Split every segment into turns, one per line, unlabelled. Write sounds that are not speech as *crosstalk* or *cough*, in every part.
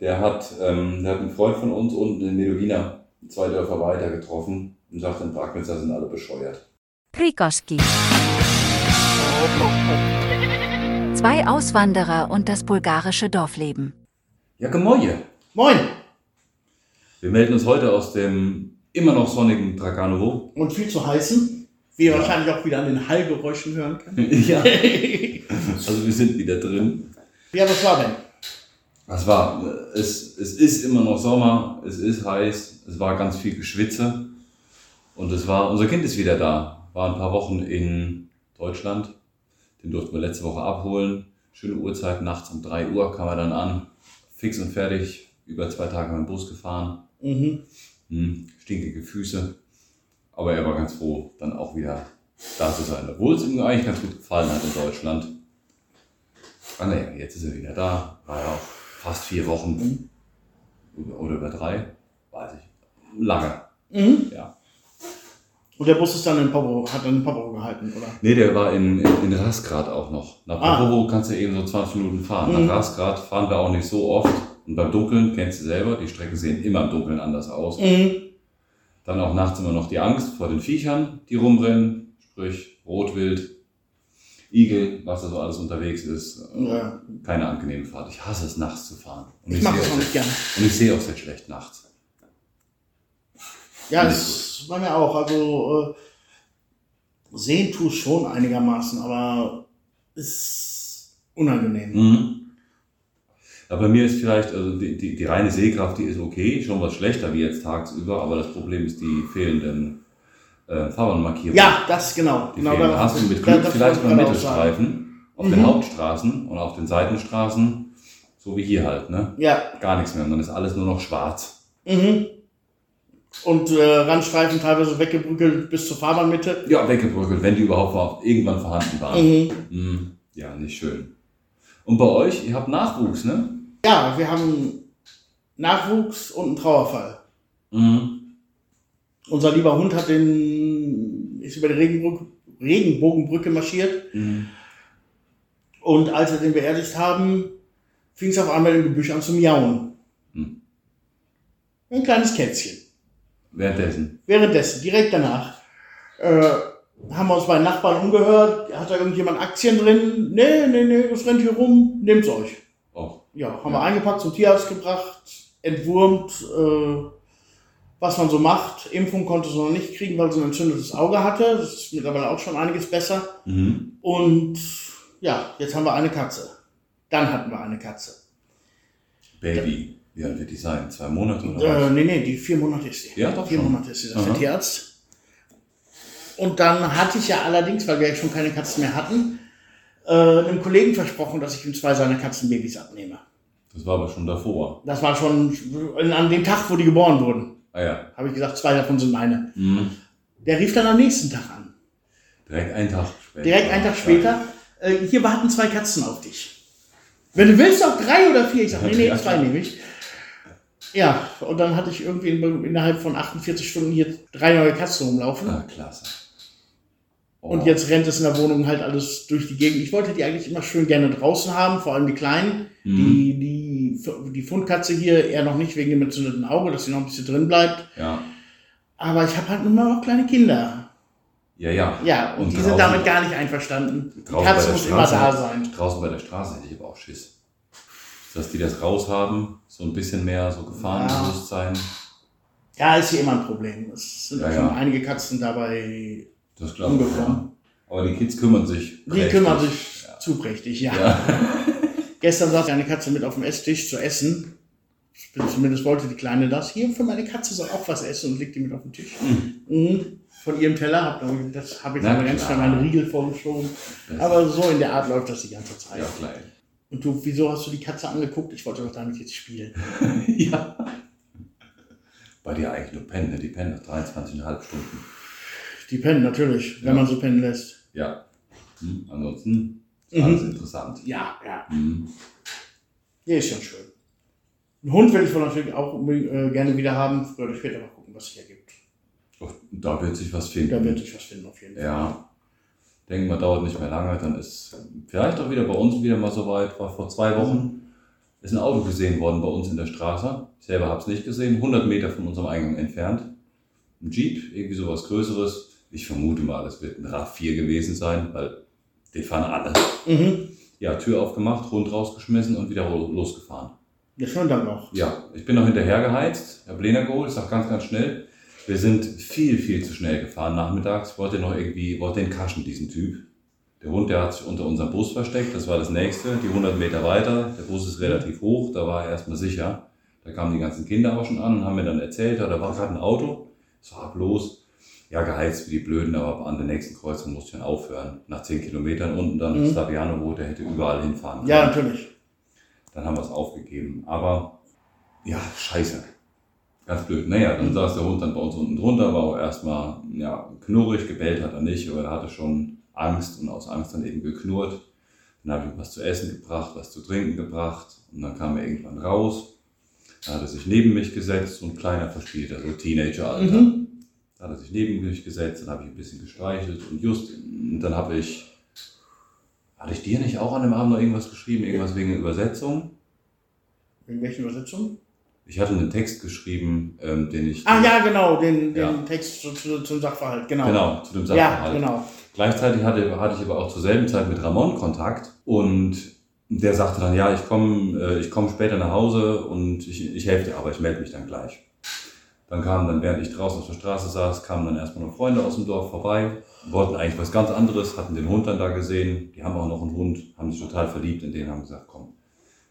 Der hat, ähm, der hat einen Freund von uns unten in Medulina zwei Dörfer weiter getroffen und sagt, in Bragnitzer sind alle bescheuert.
Rikoski. Zwei Auswanderer und das bulgarische Dorfleben.
Jacke Moje.
Moin!
Wir melden uns heute aus dem immer noch sonnigen Draganovo.
Und viel zu heißen, wie ihr
Ja.
wahrscheinlich auch wieder an den Hallgeräuschen hören könnt.
ja,
*laughs* ja,
also wir sind wieder drin.
was war denn?
Was war? Es, es ist immer noch Sommer, es ist heiß, es war ganz viel Geschwitze. Und es war, unser Kind ist wieder da. War ein paar Wochen in Deutschland. Den durften wir letzte Woche abholen. Schöne Uhrzeit, nachts um 3 Uhr kam er dann an. Fix und fertig, über zwei Tage mit dem Bus gefahren.
Mhm.
Hm, stinkige Füße. Aber er war ganz froh, dann auch wieder da zu sein. Obwohl es ihm eigentlich ganz gut gefallen hat in Deutschland. Ah naja, jetzt ist er wieder da. War ja auch fast vier Wochen. Oder, oder über drei. Weiß ich. Lange,
Mhm.
ja.
Und der Bus ist dann in Popo, hat dann in Popo gehalten, oder?
Nee, der war in, in, in Rasgrad auch noch. Nach
Ah.
Popovo kannst du eben so 20 Minuten fahren.
Mhm.
Nach Rasgrad fahren wir auch nicht so oft. Und beim Dunkeln, kennst du selber, die Strecken sehen immer im Dunkeln anders aus.
Mhm.
Dann auch nachts immer noch die Angst vor den Viechern, die rumrennen, sprich Rotwild, Igel, was da so alles unterwegs ist.
Ja.
Keine angenehme Fahrt. Ich hasse es, nachts zu fahren. Und
Ich mache
sehe
das auch
auch
nicht
sehr,
gerne.
und ich sehe auch sehr schlecht nachts.
Ja,
Nee.
das war mir auch. Also äh, sehen tue ich schon einigermaßen, aber ist unangenehm.
Mhm. Ja, bei mir ist vielleicht, also die, die, die reine Sehkraft, die ist okay, schon was schlechter wie jetzt tagsüber, aber das Problem ist die fehlenden äh, Fahrbahnmarkierungen.
Ja, das genau.
Die
genau
fehlen.
da-
Da hast du mit
da-
Glück
das
vielleicht
wollte
mal
ich gerade auch sagen.
Mittelstreifen auf den
Mhm.
Hauptstraßen und auf den Seitenstraßen, so wie hier halt, ne?
Ja.
gar nichts mehr und dann ist alles nur noch schwarz.
Mhm. Und äh, Randstreifen teilweise weggebrückelt bis zur Fahrbahnmitte.
Ja, weggebröckelt, wenn die überhaupt mal irgendwann vorhanden waren.
Mhm.
Mhm. Ja, nicht schön. Und bei euch, ihr habt Nachwuchs, ne?
Ja, wir haben Nachwuchs und einen Trauerfall.
Mhm.
Unser lieber Hund hat den, ist über die Regenbrück, Regenbogenbrücke marschiert
Mhm.
und als wir den beerdigt haben, fing es auf einmal im Gebüsch an zu miauen.
Mhm.
Ein kleines Kätzchen.
Währenddessen.
Währenddessen, direkt danach, äh, haben wir uns bei Nachbarn umgehört, hat da irgendjemand Aktien drin? Nee, nee, nee, das rennt hier rum, nehmt's euch.
Auch.
ja, haben
Ja.
wir eingepackt, zum Tierarzt gebracht, entwurmt, äh, was man so macht. Impfung konnte sie noch nicht kriegen, weil sie ein entzündetes Auge hatte. Das ist mittlerweile auch schon einiges besser.
Mhm.
Und ja, jetzt haben wir eine Katze. Dann hatten wir eine Katze.
Baby. Wie alt wird die sein? Zwei Monate oder
Äh,
was?
nee, nee, die vier Monate ist sie.
Ja, doch
Vier
schon.
Monate ist sie, sagt
Aha.
der Tierarzt. Und dann hatte ich ja allerdings, weil wir ja schon keine Katzen mehr hatten, äh, einem Kollegen versprochen, dass ich ihm zwei seiner Katzenbabys abnehme.
Das war aber schon davor.
Das war schon an dem Tag, wo die geboren wurden.
Ah ja.
Habe ich gesagt, zwei davon sind meine.
Mhm.
Der rief dann am nächsten Tag an.
Direkt einen Tag später.
Direkt einen Tag später. Äh, hier warten zwei Katzen auf dich. Wenn du willst, auch drei oder vier. Ich sage, nee, nee, zwei nehme ich. Ja, und dann hatte ich irgendwie in- innerhalb von 48 Stunden hier drei neue Katzen rumlaufen.
Ah, klasse. Oh.
Und jetzt rennt es in der Wohnung halt alles durch die Gegend. Ich wollte die eigentlich immer schön gerne draußen haben, vor allem die kleinen.
Mhm.
Die, die, die Fundkatze hier eher noch nicht wegen dem entzündeten Auge, dass sie noch ein bisschen drin bleibt.
Ja.
Aber ich habe halt nun mal auch kleine Kinder.
Ja, ja.
Ja, und,
Und
die sind
draußen-
damit gar nicht einverstanden. Die
Draußen bei
Katze
der
muss immer
Straße.
da sein.
Draußen bei der Straße hätte ich aber auch Schiss. Dass die das raushaben, so ein bisschen mehr so Gefahrenbewusstsein.
Ja, ist hier immer ein Problem. Es sind
Ja,
auch schon
ja.
einige Katzen dabei
Das glaube ich. Ja.
umgekommen.
Aber die Kids kümmern sich.
Die
prächtig.
kümmern sich zu prächtig, ja.
Ja.
*laughs* Gestern saß eine Katze mit auf dem Esstisch zu essen. Zumindest wollte die Kleine das. Hier für meine Katze soll auch was essen und legt die mit auf den Tisch. Mhm. Von ihrem Teller habe das habe ich
Hm. Na
aber ganz
klar.
schnell meinen Riegel vorgeschoben.
Das-
Aber so in der Art läuft das die ganze Zeit.
Ja,
*laughs*
gleich.
Und du, wieso hast du die Katze angeguckt? Ich wollte doch damit jetzt spielen.
ja. Bei dir eigentlich nur pennen, ne? Die pennen nach 23,5 Stunden.
Die pennen natürlich, wenn
Ja.
man so pennen lässt.
Ja. Hm, ansonsten ist
Mhm.
alles interessant.
Ja, ja.
Hm.
Nee, ist schon schön. Einen Hund will ich wohl natürlich auch unbedingt, äh, gerne wieder haben. Früher oder später mal gucken, was sich ergibt.
Doch, Da wird sich was
Da wird
finden.
sich was finden auf jeden Fall.
Ja. Denken wir, dauert nicht mehr lange. Dann ist vielleicht auch wieder bei uns wieder mal soweit. War vor zwei Wochen. ist ein Auto gesehen worden bei uns in der Straße. Ich selber habe es nicht gesehen, 100 Meter von unserem Eingang entfernt. Ein Jeep, irgendwie sowas Größeres. Ich vermute mal, es wird ein RAV4 gewesen sein, weil die fahren alle.
Mhm.
Ja, Tür aufgemacht, Hund rausgeschmissen und wieder lo- losgefahren.
Ja, schön dann noch.
Ja, ich bin noch hinterher geheizt, habe Lena geholt, ich sag ganz, ganz schnell. Wir sind viel, viel zu schnell gefahren nachmittags. Wollte noch irgendwie, wollte den kaschen, diesen Typ. Der Hund, der hat sich unter unserem Bus versteckt, das war das nächste, die 100 Meter weiter. Der Bus ist relativ hoch, da war er erstmal sicher. Da kamen die ganzen Kinder auch schon an und haben mir dann erzählt, ja, da war gerade ein Auto, es war bloß. Ja, geheizt wie die Blöden, aber an der nächsten Kreuzung musste ich dann aufhören. Nach 10 Kilometern unten dann
Mhm.
mhm. Slaviano-Route hätte überall hinfahren können.
Ja, natürlich.
Dann haben wir es aufgegeben. Aber ja, scheiße. Ganz blöd. Naja, dann saß der Hund dann bei uns unten drunter, war auch erstmal ja, knurrig, gebellt hat er nicht, aber er hatte schon Angst und aus Angst dann eben geknurrt. Dann habe ich ihm was zu essen gebracht, was zu trinken gebracht und dann kam er irgendwann raus. Dann hat er sich neben mich gesetzt, so ein kleiner Verspielter, so Teenager-Alter.
Mhm.
Dann hat er sich neben mich gesetzt, dann habe ich ein bisschen gestreichelt und just, und dann habe ich, hatte ich dir nicht auch an dem Abend noch irgendwas geschrieben, irgendwas wegen der Übersetzung?
In welchen Übersetzungen?
Ich hatte einen Text geschrieben, ähm, den ich.
Ah ja, genau, den, den
Ja.
Text zu, zu, zum Sachverhalt, genau.
Genau, zu dem
Ja,
Sachverhalt.
genau.
Gleichzeitig hatte, hatte ich aber auch zur selben Zeit mit Ramon Kontakt und der sagte dann, ja, ich komme äh, ich komm später nach Hause und ich, ich helfe dir, aber ich melde mich dann gleich. Dann kamen dann, während ich draußen auf der Straße saß, kamen dann erstmal noch Freunde aus dem Dorf vorbei, wollten eigentlich was ganz anderes, hatten den Hund dann da gesehen, die haben auch noch einen Hund, haben sich total verliebt in den, haben gesagt, komm,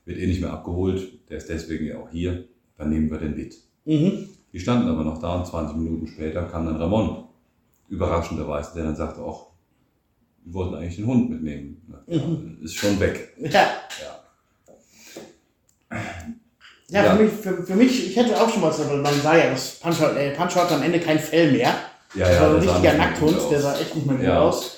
wird eh nicht mehr abgeholt, der ist deswegen ja auch hier, dann nehmen wir den mit.
Mhm.
Die standen aber noch da und 20 Minuten später kam dann Ramon. Überraschenderweise, der dann sagte, auch, wir wollten eigentlich den Hund mitnehmen. Ja,
Mhm.
Ist schon weg.
Ja.
Ja.
Ja,
Ja.
Für, mich, für, für mich, ich hätte auch schon was, weil man sah ja, das Pancho, äh, Pancho hat am Ende kein Fell mehr.
Ja,
Das
ja,
war ein
der sah
richtiger
nicht mehr gut
Nackthund,
aus.
der sah echt nicht mehr gut
Ja.
aus.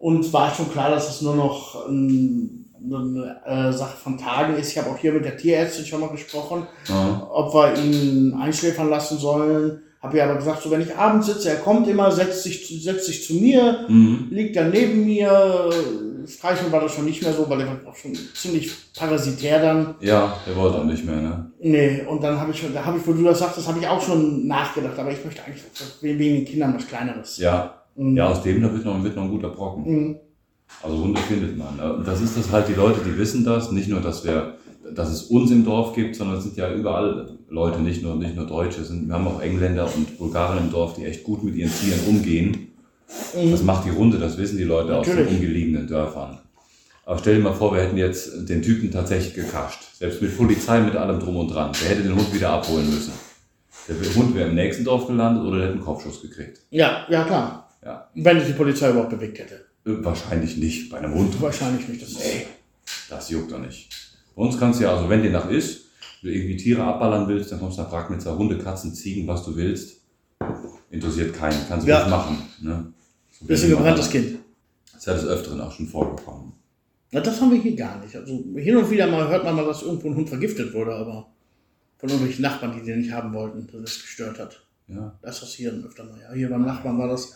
Und war halt schon klar, dass es nur noch ähm, eine äh, Sache von Tagen ist. Ich habe auch hier mit der Tierärztin schon mal gesprochen,
Ja.
ob wir ihn einschläfern lassen sollen. Habe ihr aber gesagt, so wenn ich abends sitze, er kommt immer, setzt sich, zu- setzt sich zu mir,
Mhm.
liegt dann neben mir. Streicheln war das schon nicht mehr so, weil er war auch schon ziemlich parasitär dann.
ja, der wollte auch nicht mehr, ne?
Nee, und dann habe ich, schon- da habe ich, wo du das sagtest, habe ich auch schon nachgedacht, aber ich möchte eigentlich wegen den Kindern was Kleineres.
Ja,
Mhm.
ja aus dem da wird noch, wird noch ein guter Brocken.
Mhm.
Also Hunde findet man. ne? Und das ist das halt, die Leute, die wissen das. Nicht nur, dass wir, dass es uns im Dorf gibt, sondern es sind ja überall Leute, nicht nur, nicht nur Deutsche. Es Sind, wir haben auch Engländer und Bulgaren im Dorf, die echt gut mit ihren Tieren umgehen. Das
Mhm.
macht die Runde, das wissen die Leute aus den
Natürlich.
umgelegenen Dörfern. Aber stell dir mal vor, wir hätten jetzt den Typen tatsächlich gekascht. Selbst mit Polizei, mit allem drum und dran. Der hätte den Hund wieder abholen müssen. Der Hund wäre im nächsten Dorf gelandet oder der hätte einen Kopfschuss gekriegt.
Ja, ja, klar.
Ja.
Wenn ich die Polizei überhaupt bewegt hätte.
Äh, Wahrscheinlich nicht bei einem Hund.
Wahrscheinlich nicht. Das ist
Nee, das juckt doch nicht. Bei uns kannst du ja, also wenn dir nach ist, du irgendwie Tiere abballern willst, dann kommst du nach Ragnitzer, Hunde, Katzen, Ziegen, was du willst. Interessiert keinen, kannst du
Ja.
nicht machen. Ne? So
bisschen
wie man-
gebranntes Kind.
Das ist ja des Öfteren auch schon vorgekommen.
Na, das haben wir hier gar nicht. Also hin und wieder mal hört man mal, dass irgendwo ein Hund vergiftet wurde, aber von irgendwelchen Nachbarn, die den nicht haben wollten, dass es gestört hat.
Ja,
Das passieren öfter mal. Ja, hier beim Nachbarn war das.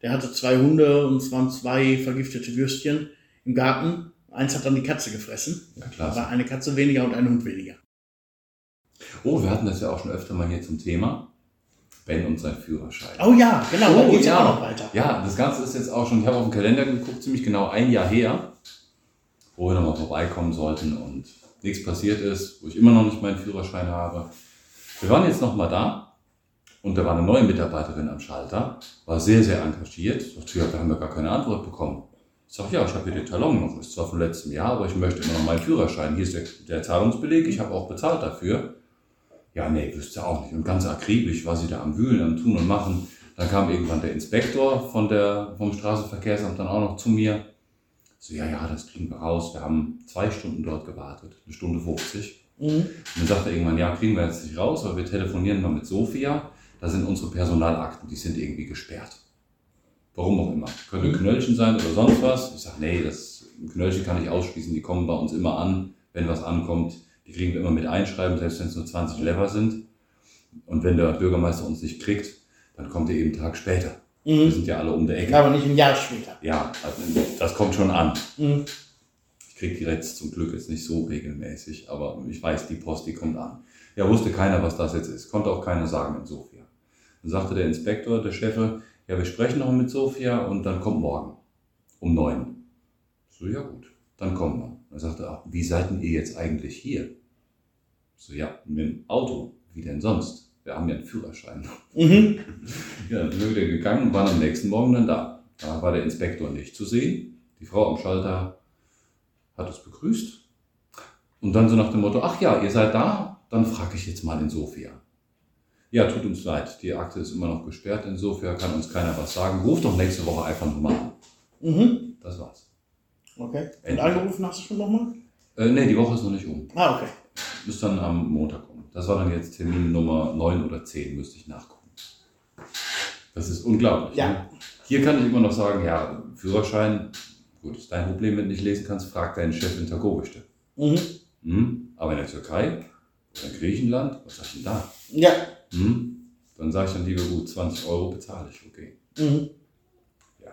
Der hatte zwei Hunde und es waren zwei vergiftete Würstchen im Garten. Eins hat dann die Katze gefressen.
ja
Da
klar.
war eine Katze weniger und ein Hund weniger.
Oh, wir hatten das ja auch schon öfter mal hier zum Thema. Ben und sein Führerschein.
Oh ja, genau, da
Oh,
geht's
ja.
auch noch weiter.
Ja, das Ganze ist jetzt auch schon, ich habe auf den Kalender geguckt, ziemlich genau ein Jahr her, wo wir nochmal vorbeikommen sollten und nichts passiert ist, wo ich immer noch nicht meinen Führerschein habe. Wir waren jetzt nochmal da und da war eine neue Mitarbeiterin am Schalter, war sehr, sehr engagiert. Ich dachte, ja, da haben wir gar keine Antwort bekommen. Ich sage, ja, ich habe hier den Talon noch, ist zwar von letztem Jahr, aber ich möchte immer noch meinen Führerschein. Hier ist der, der Zahlungsbeleg, ich habe auch bezahlt dafür. Ja, nee, wüsste auch nicht. Und ganz akribisch war sie da am Wühlen, am Tun und Machen. Dann kam irgendwann der Inspektor von der, vom Straßenverkehrsamt dann auch noch zu mir. So, ja, ja, das kriegen wir raus. Wir haben zwei Stunden dort gewartet, eine Stunde 50.
Mhm.
Und dann sagt er irgendwann, ja, kriegen wir jetzt nicht raus, aber wir telefonieren mal mit Sophia. Da sind unsere Personalakten, die sind irgendwie gesperrt. Warum auch immer. Könnte ein Knöllchen sein oder sonst was. Ich sage, nee, das ein Knöllchen kann ich ausschließen, die kommen bei uns immer an. Wenn was ankommt, die kriegen wir immer mit einschreiben, selbst wenn es nur 20 Lever sind. Und wenn der Bürgermeister uns nicht kriegt, dann kommt er eben einen Tag später. Wir
Mhm.
sind ja alle um der Ecke.
Aber nicht ein Jahr später.
Ja, also das kommt schon an.
Mhm.
Ich kriege die jetzt zum Glück jetzt nicht so regelmäßig, aber ich weiß, die Post, die kommt an. Ja, wusste keiner, was das jetzt ist. Konnte auch keiner sagen in Sofia. Dann sagte der Inspektor, der Chef, ja, wir sprechen noch mit Sofia und dann kommt morgen um neun. So, ja gut, dann kommen wir. Dann sagte er, ach, wie seid denn ihr jetzt eigentlich hier? So, ja, mit dem Auto. Wie denn sonst? Wir haben ja einen Führerschein.
Mhm.
Ja, dann sind wir wieder gegangen und waren am nächsten Morgen dann da. Da war der Inspektor nicht zu sehen. Die Frau am Schalter hat uns begrüßt. Und dann so nach dem Motto, ach ja, ihr seid da, dann frage ich jetzt mal in Sofia. Ja, tut uns leid, die Akte ist immer noch gesperrt, in Sofia kann uns keiner was sagen. Ruf doch nächste Woche einfach nochmal an.
Mhm.
Das war's.
Okay. Und
Ende.
angerufen hast du schon nochmal?
Äh, nee, die Woche ist noch nicht um.
Ah, okay.
Müsste dann am Montag kommen. Das war dann jetzt Termin Nummer 9 oder 10, müsste ich nachgucken. Das ist unglaublich.
Ja.
Ne? Hier kann ich immer noch sagen, ja, Führerschein, gut, ist dein Problem, wenn du nicht lesen kannst, frag deinen Chef in Tagowischte.
Mhm.
Hm? Aber in der Türkei oder in Griechenland, was hast du denn da?
Ja.
Hm? Dann sage ich dann lieber, gut, 20 Euro bezahle ich, okay.
Mhm.
Ja.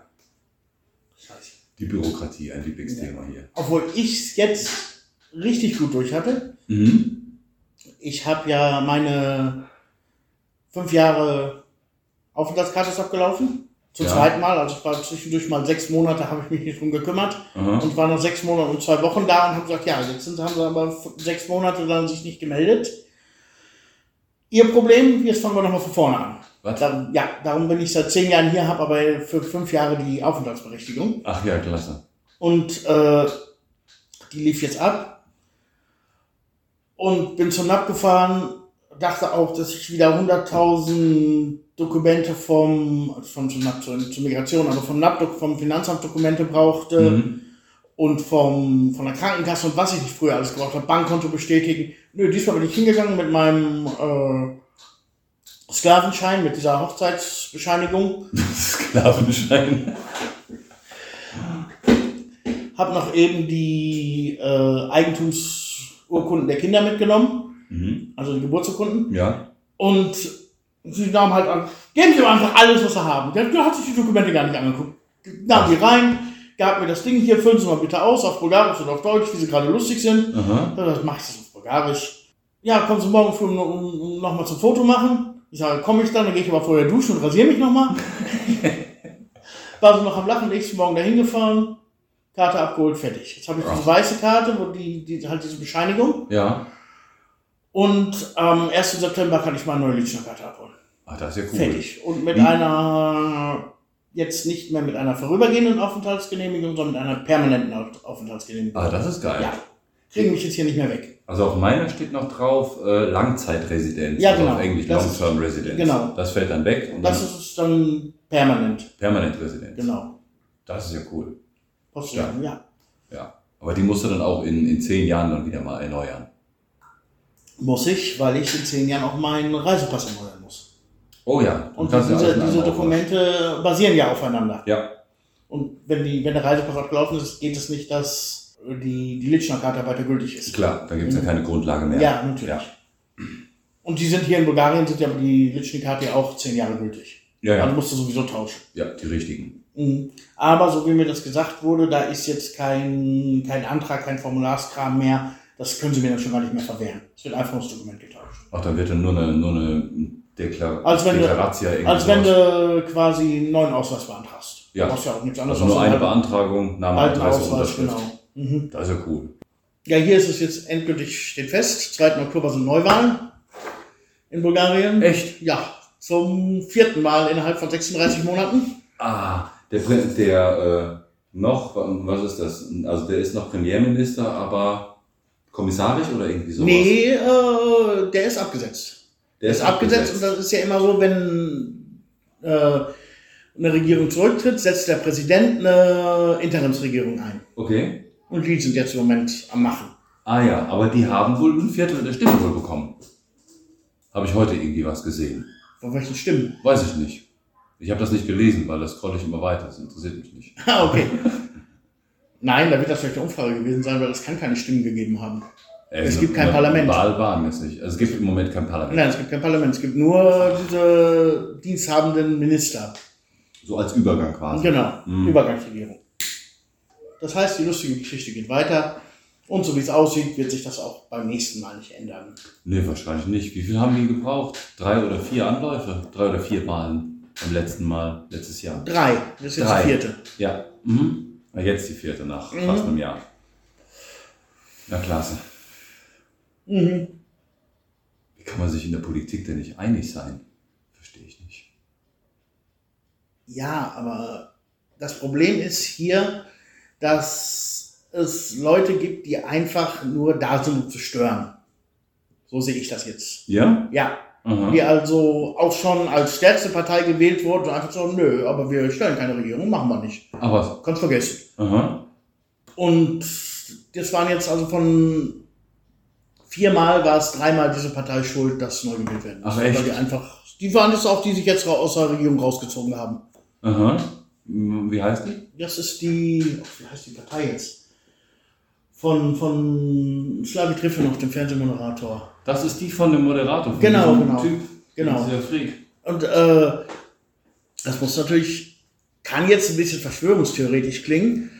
Scheiße.
Die Bürokratie, ein Lieblingsthema hier.
Obwohl ich es jetzt richtig gut durch hatte.
Mhm.
Ich habe ja meine fünf Jahre Aufenthaltskarte ist abgelaufen. Zum
Ja.
zweiten Mal, also ich war zwischendurch mal sechs Monate, habe ich mich nicht drum gekümmert
Aha.
und war noch sechs Monate und zwei Wochen da und habe gesagt, ja, jetzt sind, haben sie aber f- sechs Monate dann sich nicht gemeldet. Ihr Problem, jetzt fangen wir nochmal von vorne an.
Was?
Da, ja, darum bin ich seit zehn Jahren hier, habe aber für fünf Jahre die Aufenthaltsberechtigung.
Ach ja, klasse.
Und äh, die lief jetzt ab. Und bin zum NAP gefahren, dachte auch, dass ich wieder 100.000 Dokumente vom, von zum NAP zur, zur Migration, aber vom NAP, Dok- vom Finanzamt Dokumente brauchte
Mhm.
und vom, von der Krankenkasse und was ich nicht früher alles gebraucht habe, Bankkonto bestätigen. Nö, diesmal bin ich hingegangen mit meinem äh, Sklavenschein, mit dieser Hochzeitsbescheinigung.
*laughs* Sklavenschein.
Hab noch eben die äh, Eigentumsurkunden der Kinder mitgenommen,
Mhm.
also die Geburtsurkunden.
Ja.
Und sie nahmen halt an, geben sie mir einfach alles, was sie haben. Der, der hat sich die Dokumente gar nicht angeguckt. Nahm die rein, gab mir das Ding hier, füllen Sie mal bitte aus, auf Bulgarisch oder auf Deutsch, wie Sie gerade lustig sind.
Aha.
Ja, Das mache ich das auf Bulgarisch. Ja, kommen Sie morgen früh um, um, um nochmal zum Foto machen. Ich sage, komme ich dann, dann gehe ich aber vorher duschen und rasiere
*laughs*
mich nochmal. War so noch am Lachen, nächsten Morgen dahin gefahren, Karte abgeholt, fertig. Jetzt habe ich diese weiße Karte, wo die, die halt diese Bescheinigung.
Ja.
Und am 1. September kann ich meine neue Lichtschirmkarte abholen.
Ah, das ist ja cool.
Fertig. Und mit
Wie-
einer, jetzt nicht mehr mit einer vorübergehenden Aufenthaltsgenehmigung, sondern mit einer permanenten Auf- Aufenthaltsgenehmigung.
Ah, das ist geil.
Ja. Kriegen mich jetzt hier nicht mehr weg.
Also auf meiner steht noch drauf äh, Langzeitresidenz.
Ja,
also
genau.
Auf Englisch
Das
Long-Term Residence.
genau.
Das fällt dann weg und
Das
dann
ist es dann permanent,
permanent Residenz.
genau.
Das ist ja cool.
Poststellen, ja.
Ja. Aber die musst du dann auch in, in zehn Jahren dann wieder mal erneuern.
Muss ich, weil ich in zehn Jahren auch meinen Reisepass erneuern muss.
Oh ja. du
Und
kannst ja
diese,
alles in
diese
einem Auto machen.
Dokumente basieren ja aufeinander.
Ja.
Und wenn, die, wenn der Reisepass abgelaufen ist, geht es nicht, dass die, die Litschner-Karte weiter gültig ist.
Klar, da gibt es ja keine Grundlage mehr.
Mhm. Ja, natürlich. Und die sind hier in Bulgarien, sind ja die Litschner-Karte ja auch zehn Jahre gültig.
Ja,
Also
ja.
musst du sowieso tauschen.
Ja, die richtigen.
Mhm. Aber so wie mir das gesagt wurde, da ist jetzt kein, kein Antrag, kein Formularskram mehr. Das können sie mir dann schon gar nicht mehr verwehren. Es wird einfach nur das Dokument getauscht.
Ach, dann wird dann nur eine, nur eine Deklar
Als wenn du-
Deklaratio irgendwie
Als wenn
sowas.
du quasi einen neuen Ausweis beantragst.
Ja.
Du brauchst ja auch nichts anderes
also nur
als
eine
einen
Beantragung, Name,
alten
Adresse,
Ausweis,
Unterschrift.
genau. Mhm.
Das ist ja cool.
Ja, hier ist es jetzt endgültig, steht fest. 2. Oktober sind Neuwahlen in Bulgarien.
Echt?
Ja, zum vierten Mal innerhalb von 36 Monaten.
Ah, der, Prä- der äh, noch, was ist das? Also der ist noch Premierminister, aber kommissarisch oder irgendwie sowas?
nee, äh, der ist abgesetzt.
der
ist abgesetzt und das ist ja immer so, wenn äh, eine Regierung zurücktritt, setzt der Präsident eine Interimsregierung ein.
Okay.
Und die sind jetzt im Moment am Machen.
Ah ja, aber die haben wohl ein Viertel der Stimmen wohl bekommen. Habe ich heute irgendwie was gesehen?
Von welchen Stimmen? *laughs*
Weiß ich nicht. Ich habe das nicht gelesen, weil das scroll ich immer weiter. Das interessiert mich nicht.
Ah, okay. Nein, da wird das vielleicht eine Umfrage gewesen sein, weil es kann keine Stimmen gegeben haben. Es gibt kein Parlament.
Wahl waren es nicht. Ähm, Also es gibt im Moment kein Parlament.
Nein, es gibt kein Parlament, es gibt nur diese diensthabenden Minister.
So als Übergang quasi.
Genau,
Hm.
Übergangsregierung. Das heißt, die lustige Geschichte geht weiter. Und so wie es aussieht, wird sich das auch beim nächsten Mal nicht ändern.
Nee, wahrscheinlich nicht. Wie viel haben die gebraucht? Drei oder vier Anläufe? Drei oder vier Wahlen beim letzten Mal, letztes Jahr.
Drei. Das ist jetzt
Drei.
die vierte.
Ja. Mhm. Na, Jetzt die vierte nach
Mhm.
fast einem Jahr. Na klasse.
Mhm.
Wie kann man sich in der Politik denn nicht einig sein? Verstehe ich nicht.
Ja, aber das Problem ist hier, dass es Leute gibt, die einfach nur da sind, um zu stören. So sehe ich das jetzt.
Ja?
Ja,
Aha.
die also auch schon als stärkste Partei gewählt wurde und einfach so, nö, aber wir stellen keine Regierung, machen wir nicht.
Aber,
Kannst vergessen.
aha.
Und das waren jetzt also von viermal war es dreimal diese Partei schuld, dass neu gewählt werden
Ach,
musste,
echt?
Weil die einfach, die waren es auch, die sich jetzt ra- aus der Regierung rausgezogen haben.
Aha. M- Wie heißt die?
Das ist die, ach, wie heißt die Partei jetzt? Von, von Slavi Triffin auf dem Fernsehmoderator.
Das ist die von dem Moderator. Von
Genau,
diesem
genau.
Typ,
Genau.
Dieser Freak.
Und äh, das muss natürlich, kann jetzt ein bisschen verschwörungstheoretisch klingen,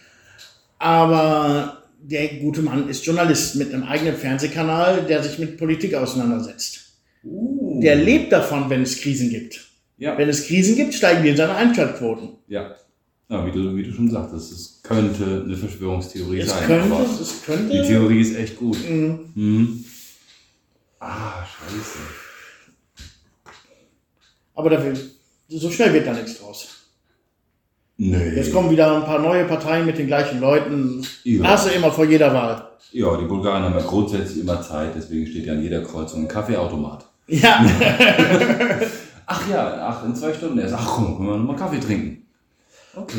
aber der gute Mann ist Journalist mit einem eigenen Fernsehkanal, der sich mit Politik auseinandersetzt.
Uh.
Der lebt davon, wenn es Krisen gibt.
Ja.
Wenn es Krisen gibt, steigen wir in seine Einschaltquoten.
Ja. ja wie, du, wie du schon sagtest, es könnte eine Verschwörungstheorie
Es
sein.
könnte,
aber
es
die
könnte.
Theorie ist echt gut.
Mhm.
Mhm. Ah, scheiße.
Aber dafür, so schnell wird da nichts draus.
Nee.
Jetzt kommen wieder ein paar neue Parteien mit den gleichen Leuten.
Ja.
Hast du immer vor jeder Wahl.
ja, die Bulgaren haben ja grundsätzlich immer Zeit, deswegen steht ja an jeder Kreuzung ein Kaffeeautomat.
Ja.
Ach ja, ach, in zwei Stunden erst. Ach komm, können wir nochmal Kaffee trinken. Okay.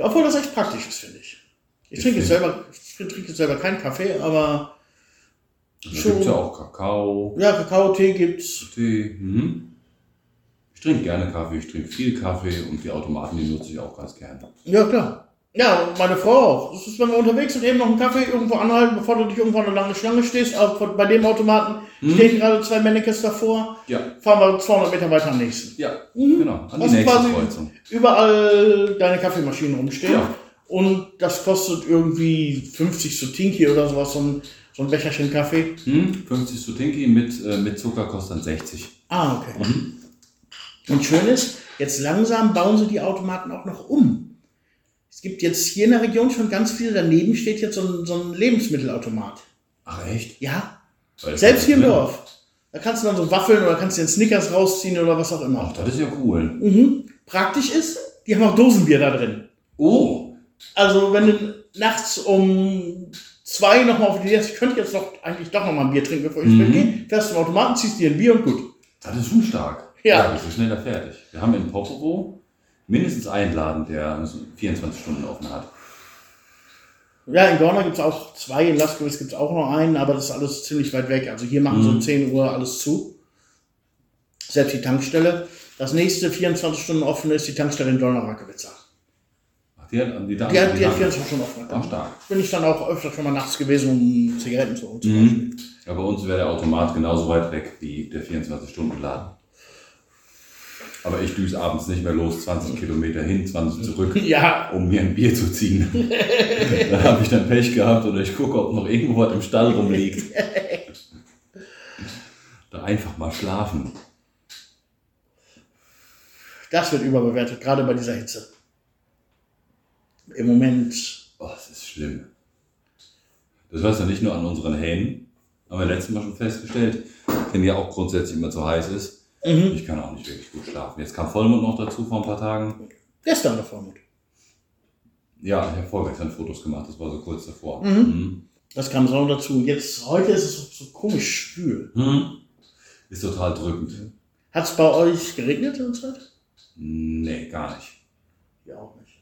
Obwohl das echt praktisch ist, finde ich. Ich
Ich
trinke jetzt
find-
selber, ich trinke jetzt selber keinen Kaffee, aber
Da
Schon.
gibt es ja auch Kakao,
ja, Kakao-Tee gibt's.
Tee. Mhm. Ich trinke gerne Kaffee, ich trinke viel Kaffee und die Automaten, die nutze ich auch ganz gerne.
Ja, klar. Ja, und meine Frau auch. Es ist, wenn wir unterwegs sind, eben noch einen Kaffee irgendwo anhalten, bevor du dich irgendwo an eine lange Schlange stehst. Aber von- bei dem Automaten
Hm?
stehen gerade zwei Männekes davor,
Ja,
fahren wir 200 Meter weiter am nächsten.
ja,
Mhm.
genau. An die
Also
nächste
quasi-
Kreuzung.
Überall deine Kaffeemaschinen rumstehen.
Ja.
Und das kostet irgendwie 50 Sotinki oder sowas, so ein, so ein Becherchen Kaffee.
Hm, 50 Sutinki mit, äh, mit Zucker kostet dann 60.
Ah, okay.
Mhm.
Und schön ist, jetzt langsam bauen sie die Automaten auch noch um. Es gibt jetzt hier in der Region schon ganz viel, daneben steht jetzt so ein, so ein Lebensmittelautomat.
Ach echt?
Ja,
Weil das
selbst
ist
hier im
drin.
Dorf. Da kannst du dann so Waffeln oder kannst dir einen Snickers rausziehen oder was auch
Ach,
immer.
das ist ja cool.
Mhm. Praktisch ist, die haben auch Dosenbier da drin.
Oh,
Also wenn du nachts um zwei nochmal auf die Idee hast, ich könnte jetzt doch eigentlich doch nochmal ein Bier trinken, bevor ich ins
Mhm.
Bett gehe, fährst zum Automaten, ziehst dir ein Bier und gut.
das ist schon stark.
Ja.
wir sind schneller fertig. Wir haben in Popovo mindestens einen Laden, der 24 Stunden offen hat.
Ja, in Gorna gibt's auch zwei, in Laskowitz gibt's auch noch einen, aber das ist alles ziemlich weit weg. Also hier machen sie um
Mhm.
10 Uhr alles zu. Selbst die Tankstelle. Das nächste 24 Stunden offen ist die Tankstelle in Dolnarakewitza.
Ach, die hat Also die,
Die hat, die hat
haben-
24 Stunden offen. genau.
Ach, stark.
Bin ich dann auch öfter schon mal nachts gewesen, um Zigaretten zu holen zum Beispiel.
Mhm. Ja, bei uns wäre der Automat genauso weit weg wie der 24-Stunden-Laden. Aber ich düse abends nicht mehr los, 20 Kilometer hin, 20 zurück.
Ja,
um mir ein Bier zu ziehen. da
*laughs*
habe ich dann Pech gehabt oder ich gucke, ob noch irgendwo was im Stall
*laughs*
rumliegt. da einfach mal schlafen.
das wird überbewertet, gerade bei dieser Hitze. Im Moment.
Oh, das ist schlimm. Das hörst du nicht nur an unseren Hähnen, haben wir letztes Mal schon festgestellt, denn ja auch grundsätzlich immer zu heiß ist.
Mhm.
Ich kann auch nicht wirklich gut schlafen. Jetzt kam Vollmond noch dazu vor ein paar Tagen.
Gestern der Vormut.
Ja, ich habe vorgestern Fotos gemacht, das war so kurz davor.
Mhm. Das kam so dazu. Jetzt, heute ist es so, so komisch schwül.
Mhm. Mhm. Ist total drückend.
Hat's bei euch geregnet in der Zeit?
Nee, gar nicht.
Ja, auch nicht.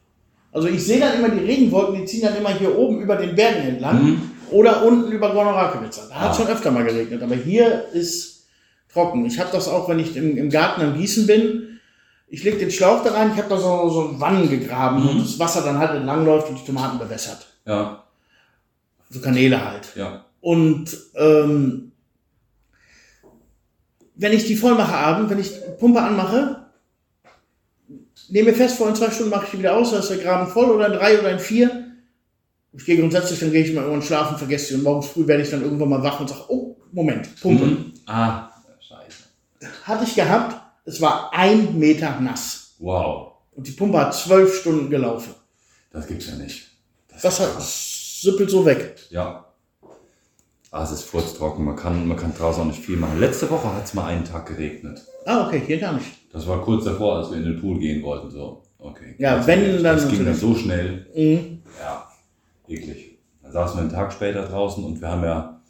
Also ich sehe dann immer die Regenwolken, die ziehen dann immer hier oben über den Bergen entlang
Mhm.
oder unten über Gornorakewitz. Da hat
Ah.
schon öfter mal geregnet, aber hier ist trocken. Ich habe das auch, wenn ich im, im Garten am Gießen bin. Ich lege den Schlauch da rein, ich habe da so, so einen Wannen gegraben,
Mhm.
wo das Wasser dann halt entlangläuft und die Tomaten bewässert.
Ja,
So Kanäle halt.
ja.
Und ähm, wenn ich die voll mache abend, wenn ich die Pumpe anmache, nehme mir fest, vor in zwei Stunden mache ich die wieder aus, da ist der Graben voll oder in drei oder in vier, Ich gehe grundsätzlich, dann gehe ich mal irgendwann schlafen, vergesse sie und morgens früh werde ich dann irgendwann mal wach und sage, oh, Moment, Pumpe.
Mhm. Ah, scheiße.
Hatte ich gehabt, es war ein Meter nass.
Wow,
Und die Pumpe hat zwölf Stunden gelaufen.
das gibt's ja nicht. Das
Das hat sippelt so weg.
Ja. Ah, es ist furztrocken, man kann, man kann draußen auch nicht viel machen. Letzte Woche hat es mal einen Tag geregnet.
Ah, okay, hier gar nicht.
Das war kurz davor, als wir in den Pool gehen wollten. So, okay.
Ja,
das
wenn,
das
dann
Das ging dann
natürlich.
so schnell.
Mhm.
Ja, eklig. Dann saßen wir einen Tag später draußen und wir haben ja,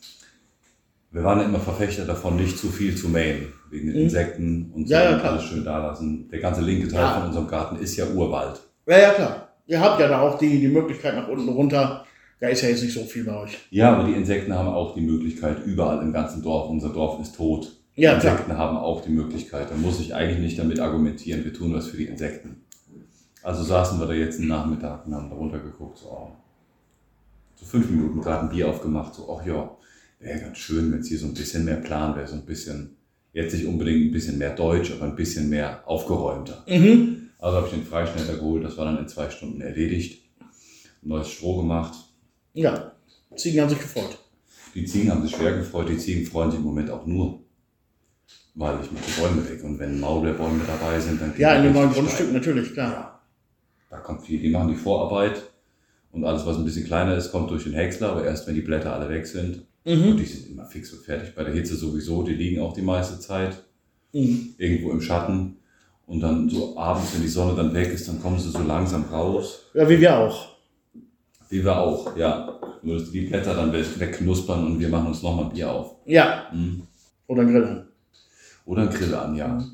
wir waren ja immer Verfechter davon, nicht zu viel zu mähen, wegen den
Mhm.
Insekten und so
Ja, ja,
und
klar.
alles schön da lassen. Der ganze linke Teil
Ja.
von unserem Garten ist ja Urwald.
Ja, ja, klar. Ihr habt ja da auch die, die Möglichkeit nach unten runter. Da ist ja jetzt nicht so viel bei euch.
Ja, aber die Insekten haben auch die Möglichkeit, überall im ganzen Dorf, unser Dorf ist tot.
Ja,
die
klar.
Insekten haben auch die Möglichkeit. Da muss ich eigentlich nicht damit argumentieren, wir tun was für die Insekten. Also saßen wir da jetzt einen Nachmittag und haben da runtergeguckt, so, oh. so fünf Minuten gerade ein Bier aufgemacht, so, ach ja, wäre ganz schön, wenn es hier so ein bisschen mehr Plan wäre, so ein bisschen, jetzt nicht unbedingt ein bisschen mehr Deutsch, aber ein bisschen mehr aufgeräumter.
Mhm.
Also habe ich den Freischneider geholt, das war dann in zwei Stunden erledigt. Neues Stroh gemacht,
Ja, Ziegen haben sich gefreut.
die Ziegen haben sich schwer gefreut. Die Ziegen freuen sich im Moment auch nur, weil ich mache die Bäume weg. Und wenn Maulbeerbäume dabei sind, dann geht
Ja, in dem
richtig
neuen
steil.
Grundstück natürlich, klar.
Ja. Da kommt viel. Die machen die Vorarbeit und alles, was ein bisschen kleiner ist, kommt durch den Häcksler, aber erst wenn die Blätter alle weg sind. Und
Mhm.
die sind immer fix und fertig. Bei der Hitze sowieso, die liegen auch die meiste Zeit
Mhm.
irgendwo im Schatten. Und dann so abends, wenn die Sonne dann weg ist, dann kommen sie so langsam raus.
Ja, wie wir auch.
Wie wir auch, ja. Nur, dass die Blätter dann weg- wegknuspern und wir machen uns nochmal ein Bier auf.
Ja,
Mhm.
oder grillen.
Oder einen Grill an, ja.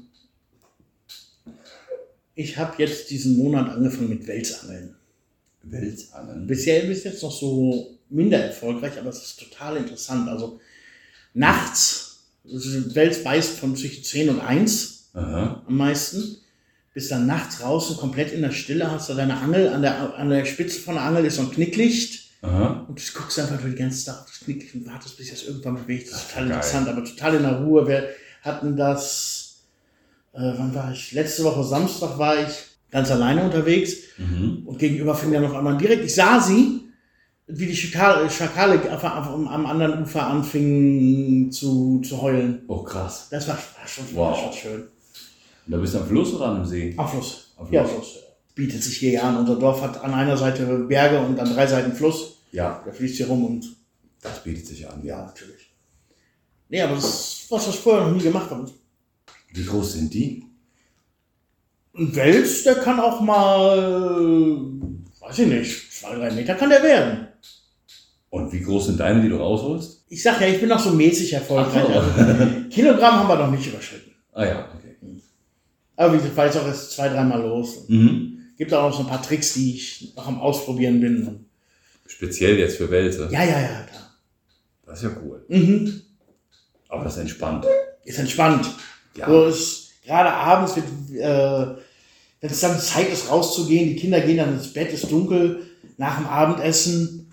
Ich habe jetzt diesen Monat angefangen mit Welsangeln.
Welsangeln.
Bisher ist jetzt noch so minder erfolgreich, aber es ist total interessant. Also nachts, also Wels beißt von zwischen 10 und 1.
Aha.
am meisten. Bist dann nachts raus und komplett in der Stille, hast da deine Angel, an der, an der Spitze von der Angel ist so ein Knicklicht
Aha.
und du guckst einfach durch den ganzen Tag auf das Knicklicht und wartest, bis sich das irgendwann bewegt. Das ist total
geil.
interessant, aber total in der Ruhe. Wir hatten das, äh, wann war ich? Letzte Woche Samstag war ich ganz alleine unterwegs
Mhm.
und gegenüber fing dann noch einmal direkt. Ich sah sie, wie die Schakale, Schakale auf- auf- am, am anderen Ufer anfingen zu, zu heulen.
Oh, krass.
Das war, war, schon, war
Wow.
schon schön.
Und da bist du am Fluss oder an einem See?
Am Fluss.
Am
Ja, Fluss. Bietet sich hier ja an. Unser Dorf hat an einer Seite Berge und an drei Seiten Fluss.
Ja,
Der fließt hier rum und
das bietet sich an,
ja,
ja.
natürlich. Nee, aber das ist was, was ich vorher noch nie gemacht habe.
Wie groß sind die?
Ein Wels, der kann auch mal, weiß ich nicht, zwei, drei Meter kann der werden.
Und wie groß sind deine, die du rausholst?
Ich sag ja, ich bin noch so mäßig erfolgreich. Also,
Ach
Kilogramm haben wir noch nicht überschritten.
so. ah ja, okay.
Aber wie gesagt, war jetzt auch erst zwei, dreimal los.
Mhm.
Gibt auch noch so ein paar Tricks, die ich noch am Ausprobieren bin.
Speziell jetzt für Wälze.
Ja, ja, ja, klar.
Das ist ja cool.
Mhm.
Aber das ist entspannt.
Ist entspannt.
Ja.
So ist gerade abends, wenn äh, wenn es dann Zeit ist, rauszugehen, die Kinder gehen dann ins Bett, ist dunkel, nach dem Abendessen,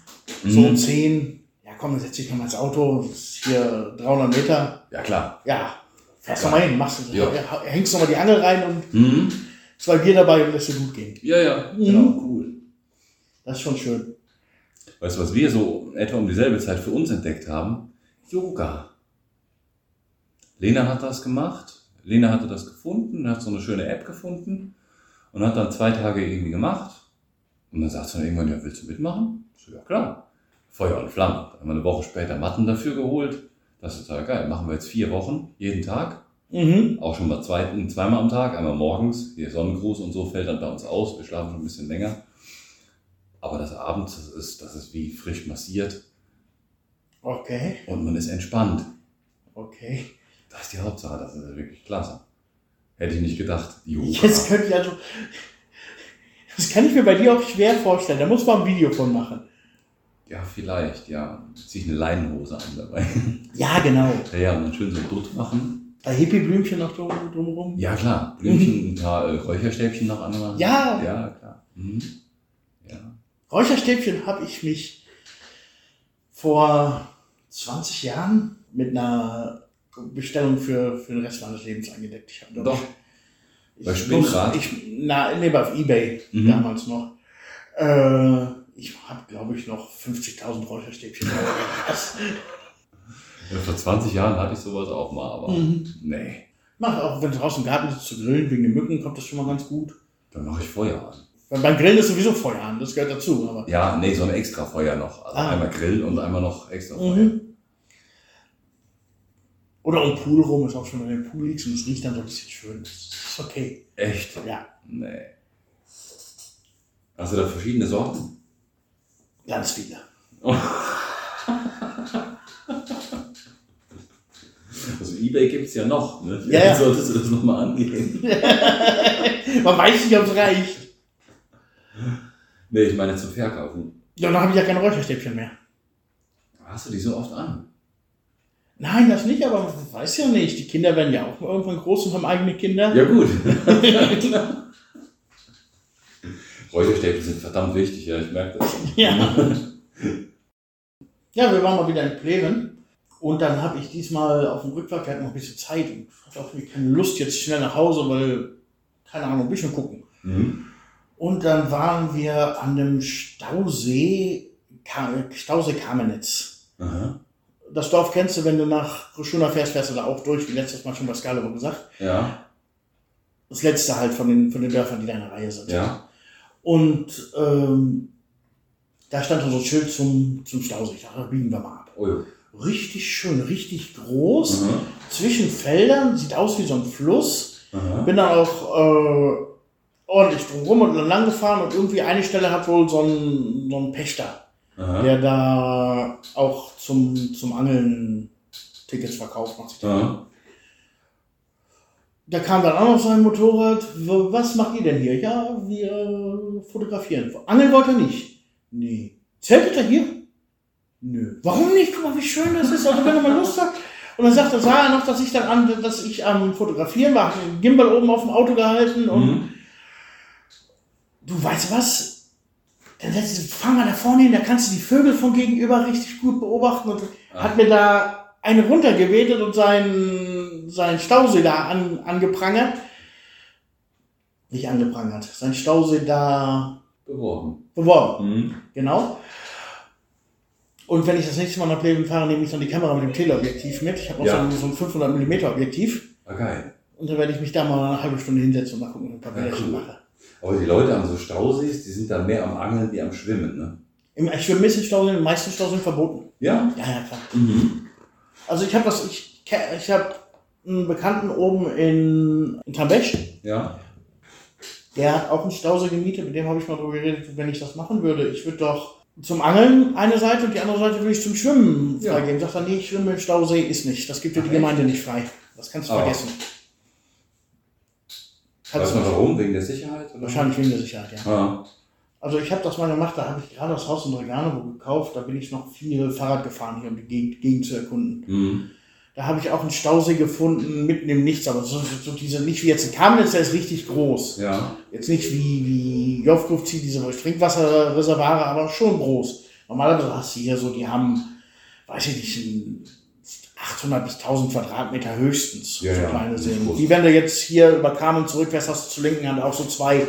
so um
Mhm.
10, ja komm, dann setz dich nochmal ins Auto, das ist hier 300 Meter,
Ja, klar.
ja, fährst
Ja.
nochmal hin, machst du,
Ja.
hängst nochmal die Angel rein und
Mhm.
zwei Bier dabei und lässt dir gut gehen.
Ja, ja. Genau, cool.
Das ist schon schön.
Weißt du, was wir so etwa um dieselbe Zeit für uns entdeckt haben? Yoga. Lena hat das gemacht. Lena hatte das gefunden, hat so eine schöne App gefunden und hat dann zwei Tage irgendwie gemacht. Und dann sagt sie dann irgendwann, ja, willst du mitmachen? Ich So, ja klar. Feuer und Flamme. Dann haben wir eine Woche später Matten dafür geholt. Das ist total geil. Machen wir jetzt vier Wochen, jeden Tag.
Mhm.
Auch schon mal zwei, zweimal am Tag, einmal morgens. Hier Sonnengruß und so fällt dann bei uns aus. Wir schlafen schon ein bisschen länger. Aber das Abends, das ist, das ist wie frisch massiert
Okay,
und man ist entspannt.
okay.
Das ist die Hauptsache, das ist wirklich klasse. Hätte ich nicht gedacht. Yoga.
Jetzt könnte ich also. Das kann ich mir bei dir auch schwer vorstellen. Da muss man ein Video von machen.
Ja, vielleicht, ja. Zieh ich eine Leinenhose an dabei. *laughs*
Ja, genau.
Ja, ja, und dann schön so Dutt machen.
Da Hippie-Blümchen noch drum, drumherum.
Ja, klar. Blümchen, ein paar äh, Räucherstäbchen noch anmachen.
Mhm. Ja.
Ja, klar. Mhm. Ja.
Räucherstäbchen habe ich mich vor 20 Jahren mit einer Bestellung für, für den Rest meines Lebens eingedeckt. Ich habe
Doch.
Ich,
Bei Spinnrad?
Ich, na, nee, bei eBay
Mhm.
damals noch. Äh, Ich habe, glaube ich, noch 50.000 Räucherstäbchen. *laughs*
Ja, vor 20 Jahren hatte ich sowas auch mal, aber
Mhm.
nee,
Mach auch, wenn du draußen im Garten sitzt zu grillen, wegen den Mücken, kommt das schon mal ganz gut.
dann mache ich Feuer an.
Weil beim Grillen ist sowieso Feuer an, das gehört dazu. Aber
Ja, nee, so ein extra Feuer noch. Also
Ah.
einmal Grill und einmal noch extra Feuer.
Mhm. Oder um den Pool rum ist auch schon, wenn du im Pool liegst und es riecht dann so ein bisschen schön. Das ist okay.
Echt?
Ja,
Nee. Hast du da verschiedene Sorten?
ganz viele.
Also Ebay gibt es ja noch, ne?
Ja, ja.
*laughs* Solltest du das nochmal angehen?
Man weiß nicht, ob es reicht.
Nee, ich meine zum Verkaufen.
Ja, dann habe ich ja keine Räucherstäbchen mehr.
Hast du die so oft an?
Nein, das nicht, aber man weiß ja nicht. Die Kinder werden ja auch irgendwann groß und haben eigene Kinder.
Ja gut. *laughs* Räucherstäbchen sind verdammt wichtig, ja, ich merke das.
Ja. Ja, wir waren mal wieder in Pleven. Und dann habe ich diesmal auf dem Rückweg, wir hatten noch ein bisschen Zeit und hatte auch irgendwie keine Lust, jetzt schnell nach Hause, weil, keine Ahnung, ein bisschen gucken.
Mhm.
Und dann waren wir an dem Stausee, Ka- Stausee Kamenitz.
Aha. Das
Das Dorf kennst du, wenn du nach Groschuna fährst, fährst du da auch durch, wie letztes Mal schon bei Skala gesagt.
ja,
Das letzte halt von den, von den Dörfern, die da in der Reihe sind.
ja.
Und ähm, da stand dann so ein Schild zum, zum Stausee. Ich dachte, da biegen wir mal ab.
Oh ja.
Richtig schön, richtig groß.
Aha.
Zwischen Feldern, sieht aus wie so ein Fluss.
Aha.
Bin dann auch äh, ordentlich drumherum und dann lang gefahren und irgendwie eine Stelle hat wohl so ein, so ein Pächter,
Aha.
der da auch zum, zum Angeln Tickets verkauft. Macht sich da.
Aha.
Da kam dann auch noch sein Motorrad. W- Was macht ihr denn hier? Ja, wir fotografieren. Angeln wollt ihr nicht? Nee. Zeltet ihr hier? Nö. Warum nicht? Guck mal, wie schön das ist. Also wenn ihr mal Lust habt. Und dann sagt er, sah er noch, dass ich dann an, dass ich am Fotografieren war, hab den Gimbal oben auf dem Auto gehalten und
Mhm.
du weißt du was? Dann setz- fang mal da vorne hin, da kannst du die Vögel von gegenüber richtig gut beobachten und
Ah.
hat mir da eine runtergebetet und seinen, seinen Stausee da an, angeprangert. Nicht angeprangert, seinen Stausee da
Beworben.
beworben.
Mhm.
Genau. Und wenn ich das nächste Mal nach Pleben fahre, nehme ich dann die Kamera mit dem Teleobjektiv mit. Ich habe auch
Ja.
so ein- so ein 500 mm Objektiv.
Ah, geil.
Und dann werde ich mich da mal eine halbe Stunde hinsetzen und mal gucken, ob ich ein paar
Ja,
Bilder
cool.
mache.
Aber die Leute an so Stausees, die sind da mehr am Angeln wie am Schwimmen, ne?
Im Schwimmmittelstau sind, die meisten Staus sind verboten.
Ja?
Ja, ja, klar.
Mhm.
Also ich habe das, ich, ke- ich habe einen Bekannten oben in, in Tambesch,
Ja.
der hat auch einen Stausee gemietet, mit dem habe ich mal drüber geredet, wenn ich das machen würde. Ich würde doch zum Angeln eine Seite und die andere Seite würde ich zum Schwimmen
Ja.
freigeben. Sagt er, nee, Schwimmen im Stausee ist nicht. Das gibt dir die
Ach, echt?
Gemeinde nicht frei. Das kannst du
Aber-
vergessen.
Weiß
Kannst du
man
nicht.
warum? Wegen der Sicherheit? Oder?
Wahrscheinlich wegen der Sicherheit, ja.
Ah.
Also ich habe das mal gemacht, da habe ich gerade das Haus in Regano gekauft, da bin ich noch viel Fahrrad gefahren hier, um die Gegend, Gegend zu erkunden.
Mhm.
Da habe ich auch einen Stausee gefunden, mitten im Nichts, aber so, so diese, nicht wie jetzt in Kamnitz, der ist richtig groß.
Ja.
Jetzt nicht wie, wie Jovkov zieht diese Trinkwasserreservare, aber schon groß. Normalerweise hast du hier so, die haben, weiß ich nicht, ein 800 bis 1000 Quadratmeter höchstens,
Ja,
so
ja,
kleine
das ist
Seen.
groß.
Die, wenn du jetzt hier über Kamen zurückfährst, hast du zur linken Hand auch so zwei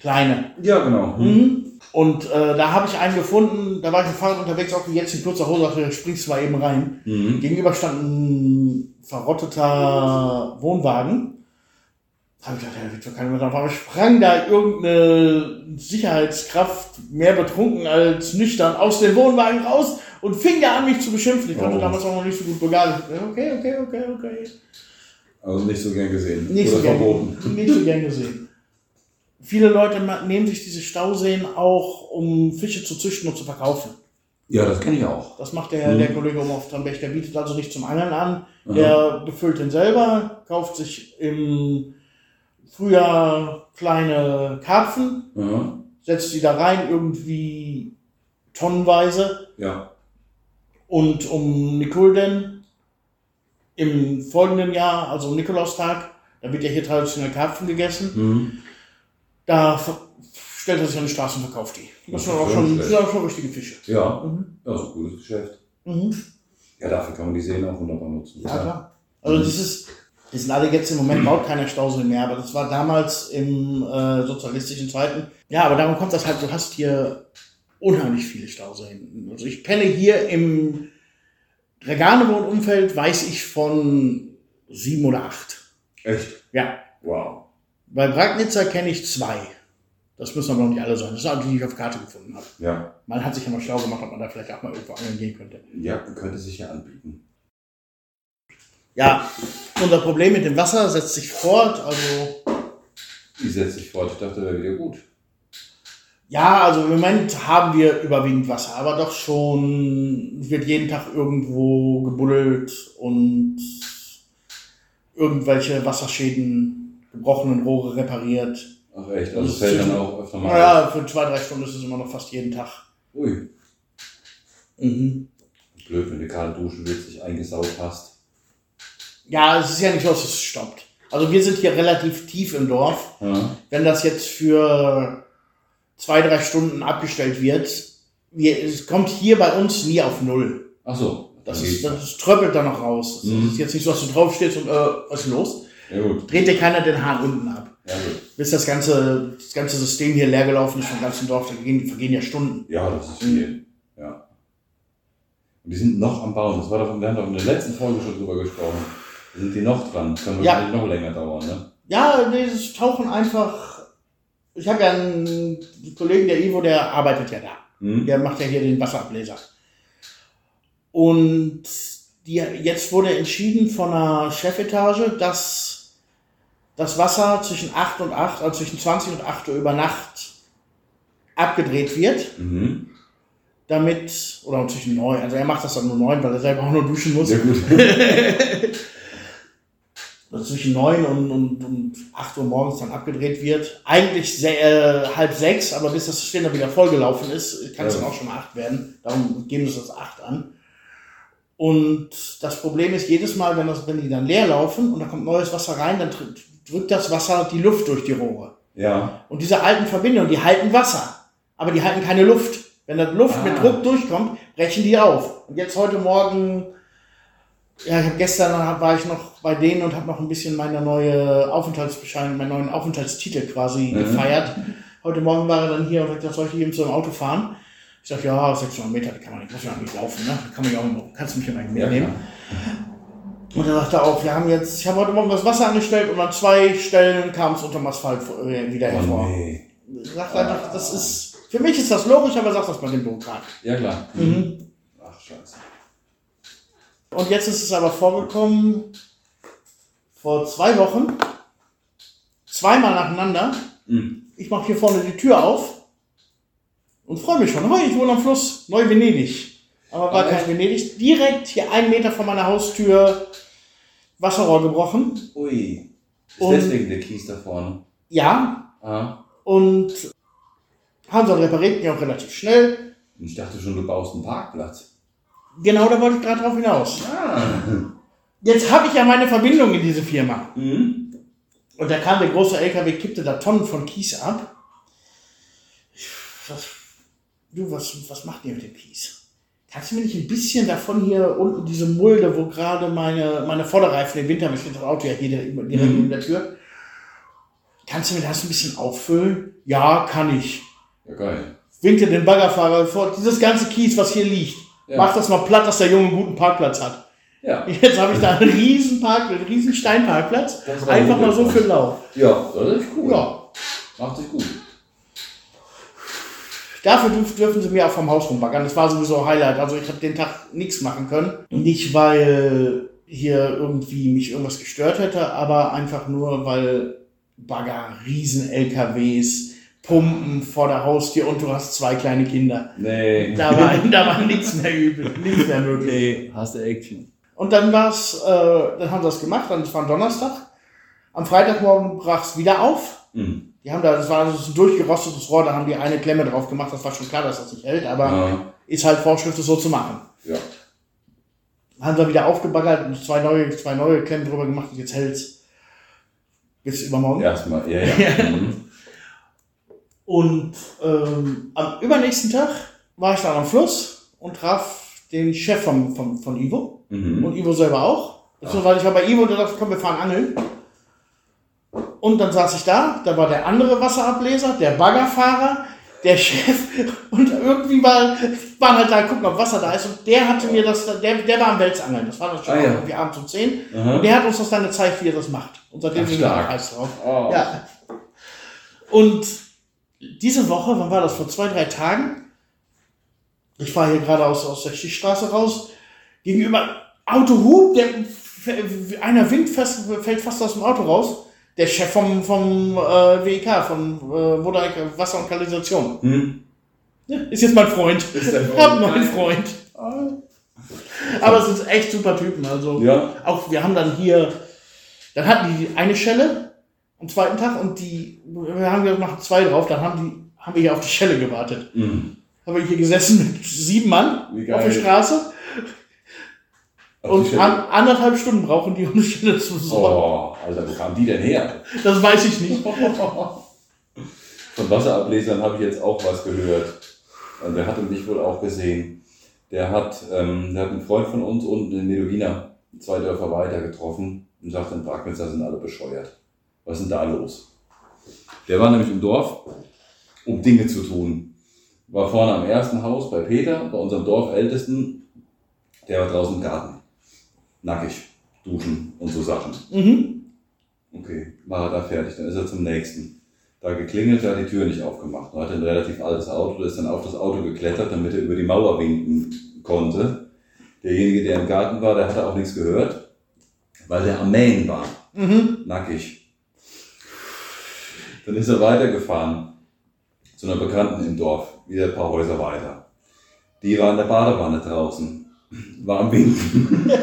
kleine.
Ja, genau.
Mhm. Und äh, da habe ich einen gefunden, da war ich mit dem Fahrrad unterwegs, auch wie jetzt in kurzer Hose, dachte, springst du mal eben rein.
Mhm.
Gegenüber stand ein verrotteter Wohnwagen. Da habe ich gedacht, ja, wird schon keiner mehr drauf. Aber sprang da irgendeine Sicherheitskraft mehr betrunken als nüchtern aus dem Wohnwagen raus und fing da an, mich zu beschimpfen. Ich konnte
Oh.
damals auch noch nicht so gut begabelt. Okay, okay, okay, okay.
Also nicht so gern gesehen.
Nicht so,
oder
gern,
verboten.
nicht so gern gesehen. Viele Leute ma- nehmen sich diese Stauseen auch, um Fische zu züchten und zu verkaufen.
Ja, das kenne ich auch.
Das macht der,
Mhm.
der Kollege um auf Trambech. Der bietet also nicht zum Angeln an.
Mhm.
Der befüllt den selber, kauft sich im Frühjahr kleine Karpfen,
Mhm.
setzt die da rein, irgendwie tonnenweise.
Ja.
Und um Nikolden im folgenden Jahr, also um Nikolaustag, da wird ja hier traditionell Karpfen gegessen,
Mhm.
da ver- stellt er sich an die Straße und verkauft die.
Das
Das sind
ist
auch
schon
schon,
schlecht.
sind auch schon richtige Fische.
Ja.
Mhm.
Ja, ist ein gutes Geschäft.
Mhm.
Ja, dafür kann man die Seen auch wunderbar nutzen.
Ja, klar. Also das ist, das sind alle jetzt im Moment baut keiner Stausee mehr, aber das war damals im äh, sozialistischen Zeiten. Ja, aber darum kommt das halt, du hast hier unheimlich viele Stauseen hinten. Also ich kenne hier im Reganewohn-Umfeld, weiß ich von sieben oder acht.
Echt?
Ja,
Wow.
bei Bragnitzer kenne ich zwei. Das müssen aber noch nicht alle sein. Das sind alle, die ich auf Karte gefunden habe.
Ja.
Man hat sich ja mal schlau gemacht, ob man da vielleicht auch mal irgendwo angeln gehen könnte.
Ja, könnte sich ja anbieten.
Ja, unser Problem mit dem Wasser setzt sich fort. Also,
Die setzt sich fort. Ich dachte, wäre wieder gut.
ja, also im Moment haben wir überwiegend Wasser, aber doch schon wird jeden Tag irgendwo gebuddelt und irgendwelche Wasserschäden, gebrochenen Rohre repariert.
Ach echt, also
Das
es fällt
ist-
dann auch öfter mal
Naja, für zwei, drei Stunden ist es immer noch fast jeden Tag.
auf. Ui,
Mhm.
blöd, wenn du gerade duschen willst, dich eingesaut hast.
Ja, es ist ja nicht los, dass es stoppt. Also wir sind hier relativ tief im Dorf.
Ja.
Wenn das jetzt für zwei, drei Stunden abgestellt wird, wir, es kommt hier bei uns nie auf Null.
Ach so.
Das,
dann
ist,
geht's.
das tröppelt dann noch raus. Das
Mhm.
ist jetzt nicht so, dass du draufstehst und äh, was ist los?
Ja gut.
Dreht dir keiner den Hahn unten ab.
Ja, gut.
Bis das ganze, das ganze System hier leergelaufen ist vom ganzen Dorf, da gehen, vergehen ja Stunden.
ja das ist viel. Ja. Und die sind noch am Bauen. Das war doch, wir haben doch in der letzten Folge schon drüber gesprochen. Da Sind die noch dran? Können wir
Ja.
wahrscheinlich noch länger dauern, ne?
Ja, nee, das Tauchen einfach. Ich habe ja einen Kollegen, der Ivo, der arbeitet ja da.
Hm?
Der macht ja hier den Wasserableser. Und die, jetzt wurde entschieden von der Chefetage, dass das Wasser zwischen 8 und 8, also zwischen 20 und 8 Uhr über Nacht abgedreht wird,
Mhm.
damit, oder zwischen 9, also er macht das dann nur 9, weil er selber auch nur duschen muss.
Sehr gut. *laughs*
Also zwischen 9 und, und, und 8 Uhr morgens dann abgedreht wird. Eigentlich se- äh, halb sechs, aber bis das System dann wieder vollgelaufen ist, kann es
Ja.
dann auch schon 8 werden. Darum geben sie es als 8 an. Und das Problem ist, jedes Mal, wenn, das, wenn die dann leer laufen und da kommt neues Wasser rein, dann drückt, drückt das Wasser die Luft durch die Rohre.
ja.
Und diese alten Verbindungen, die halten Wasser, aber die halten keine Luft. Wenn da Luft mit
Ah.
Druck durchkommt, brechen die auf. Und jetzt heute Morgen, ja, ich habe gestern war ich noch bei denen und habe noch ein bisschen meine neue Aufenthaltsbescheinigung, meinen neuen Aufenthaltstitel quasi
Mhm.
gefeiert. Heute Morgen war er dann hier und hat gesagt, soll ich eben zum Auto fahren? Ich sag ja, 600 Meter, die kann man nicht, muss man nicht laufen, ne? Kann man ja auch, kannst du mich ja mal
Ja,
mitnehmen. Und er sagte auch, wir haben jetzt, ich habe heute Morgen das Wasser angestellt und an zwei Stellen kam es unterm Asphalt äh, wieder
klar.
hervor.
Oh, nee.
Sagt einfach, das ist, für mich ist das logisch, aber sag das mal dem Bürokraten.
Ja, klar.
Mhm.
Mhm. Ach, scheiße.
Und jetzt ist es aber vorgekommen, vor zwei Wochen, zweimal nacheinander,
Mhm.
ich mache hier vorne die Tür auf und freue mich schon. Hey, ich wohne am Fluss, Neu-Venedig. Aber war
Ah,
kein
echt?
Venedig. Direkt hier einen Meter vor meiner Haustür Wasserrohr gebrochen.
Ui. Ist
Und-
deswegen der Kies da vorne.
Ja,
Ah.
und haben sie repariert, ging auch relativ schnell.
Und ich dachte schon, du baust einen Parkplatz.
Genau da wollte ich gerade drauf hinaus.
Ah.
*laughs* Jetzt habe ich ja meine Verbindung in diese Firma.
Mhm.
Und da kam der große LKW, kippte da Tonnen von Kies ab. Was, du, was, was macht ihr mit dem Kies? Kannst du mir nicht ein bisschen davon hier unten, diese Mulde, wo gerade meine, meine Vorderreifen im Winter, ich steht das Auto ja hier direkt direkt
Mhm.
neben der Tür, kannst du mir das ein bisschen auffüllen? Ja, kann ich.
Ja, geil.
Winkte den Baggerfahrer vor, dieses ganze Kies, was hier liegt,
Ja.
mach das mal platt, dass der Junge einen guten Parkplatz hat.
Ja.
Jetzt habe ich da einen riesen Parkplatz, einen riesen Steinparkplatz.
Das ist
Einfach
ein
mal so
guter
für den Lauf.
Ja, das ist cool.
Ja.
Macht sich gut.
Dafür dürf, dürfen sie mir auch vom Haus rumbaggern. Das war sowieso Highlight. Also ich habe den Tag nichts machen können. Nicht, weil hier irgendwie mich irgendwas gestört hätte, aber einfach nur, weil Bagger, riesen LKWs, Pumpen vor der Haustür und du hast zwei kleine Kinder.
Nee.
Da *laughs* war, da war nichts mehr übel, nichts mehr möglich.
hast du Action.
Und dann war's, äh, dann haben sie das gemacht, dann das war ein Donnerstag. Am Freitagmorgen brach's wieder auf.
*laughs* Mhm.
Die haben da, das war also so ein durchgerostetes Rohr, da haben die eine Klemme drauf gemacht, das war schon klar, dass das nicht hält, aber
Ja.
ist halt Vorschrift, das so zu machen.
ja.
Haben sie wieder aufgebaggert und zwei neue, zwei neue Klemmen drüber gemacht und jetzt hält's. Bis übermorgen.
Erstmal. Ja,
*laughs*
ja. Mhm.
Und ähm, am übernächsten Tag war ich dann am Fluss und traf den Chef vom, vom, von Ivo.
Mhm.
Und Ivo selber auch. Beziehungsweise ich war bei Ivo und der dachte, komm, wir fahren angeln. Und dann saß ich da, da war der andere Wasserableser, der Baggerfahrer, der Chef *laughs* und irgendwie mal, waren halt da gucken, ob Wasser da ist und der hatte mir das, der, der war am Welsangeln, das war dann schon
Ah, ja.
irgendwie abends um 10
Aha.
und der hat uns das dann gezeigt, wie er das macht. Und seitdem
Ach,
sind wir
stark.
heiß drauf.
Oh.
Ja. Und diese Woche, wann war das? Vor zwei, drei Tagen. Ich fahre hier gerade aus, aus der Schichtstraße raus. Gegenüber Autohub, der, einer Wind fest, fällt fast aus dem Auto raus. Der Chef vom, vom äh, WEK, von äh, Wodak Wasser und Kanalisation.
Hm?
Ja, Ist jetzt mein Freund.
Ist dein Freund.
*laughs* Hab einen neuen Freund. Aber es sind echt super Typen. Also
Ja.
auch wir haben dann hier, dann hatten die eine Schelle am zweiten Tag und die, wir haben gesagt, machen zwei drauf, dann haben die, haben wir hier auf die Schelle gewartet.
Hm.
Haben wir hier gesessen mit sieben Mann
Wie geil.
auf der Straße
Auf die
und
Stelle.
an, anderthalb Stunden brauchen die, um eine Schelle zu besorgen.
Oh, Alter, wo kam die denn her?
Das weiß ich nicht.
Von Wasserablesern habe ich jetzt auch was gehört. Also der hatte mich wohl auch gesehen. Der hat, ähm, der hat einen Freund von uns unten in Medowina, zwei Dörfer weiter, getroffen und sagt, in Bragnitzer sind alle bescheuert. Was ist denn da los? Der war nämlich im Dorf, um Dinge zu tun. War vorne am ersten Haus bei Peter, bei unserem Dorfältesten. Der war draußen im Garten. Nackig. Duschen und so Sachen.
Mhm.
Okay, war er da fertig, dann ist er zum nächsten. Da geklingelt, da hat die Tür nicht aufgemacht. Da hat er ein relativ altes Auto, der ist dann auf das Auto geklettert, damit er über die Mauer winken konnte. Derjenige, der im Garten war, der hatte auch nichts gehört, weil er am Mähen war,
Mhm.
nackig. Dann ist er weitergefahren zu einer Bekannten im Dorf, wieder ein paar Häuser weiter. Die war in der Badewanne draußen, war am Winken. *laughs*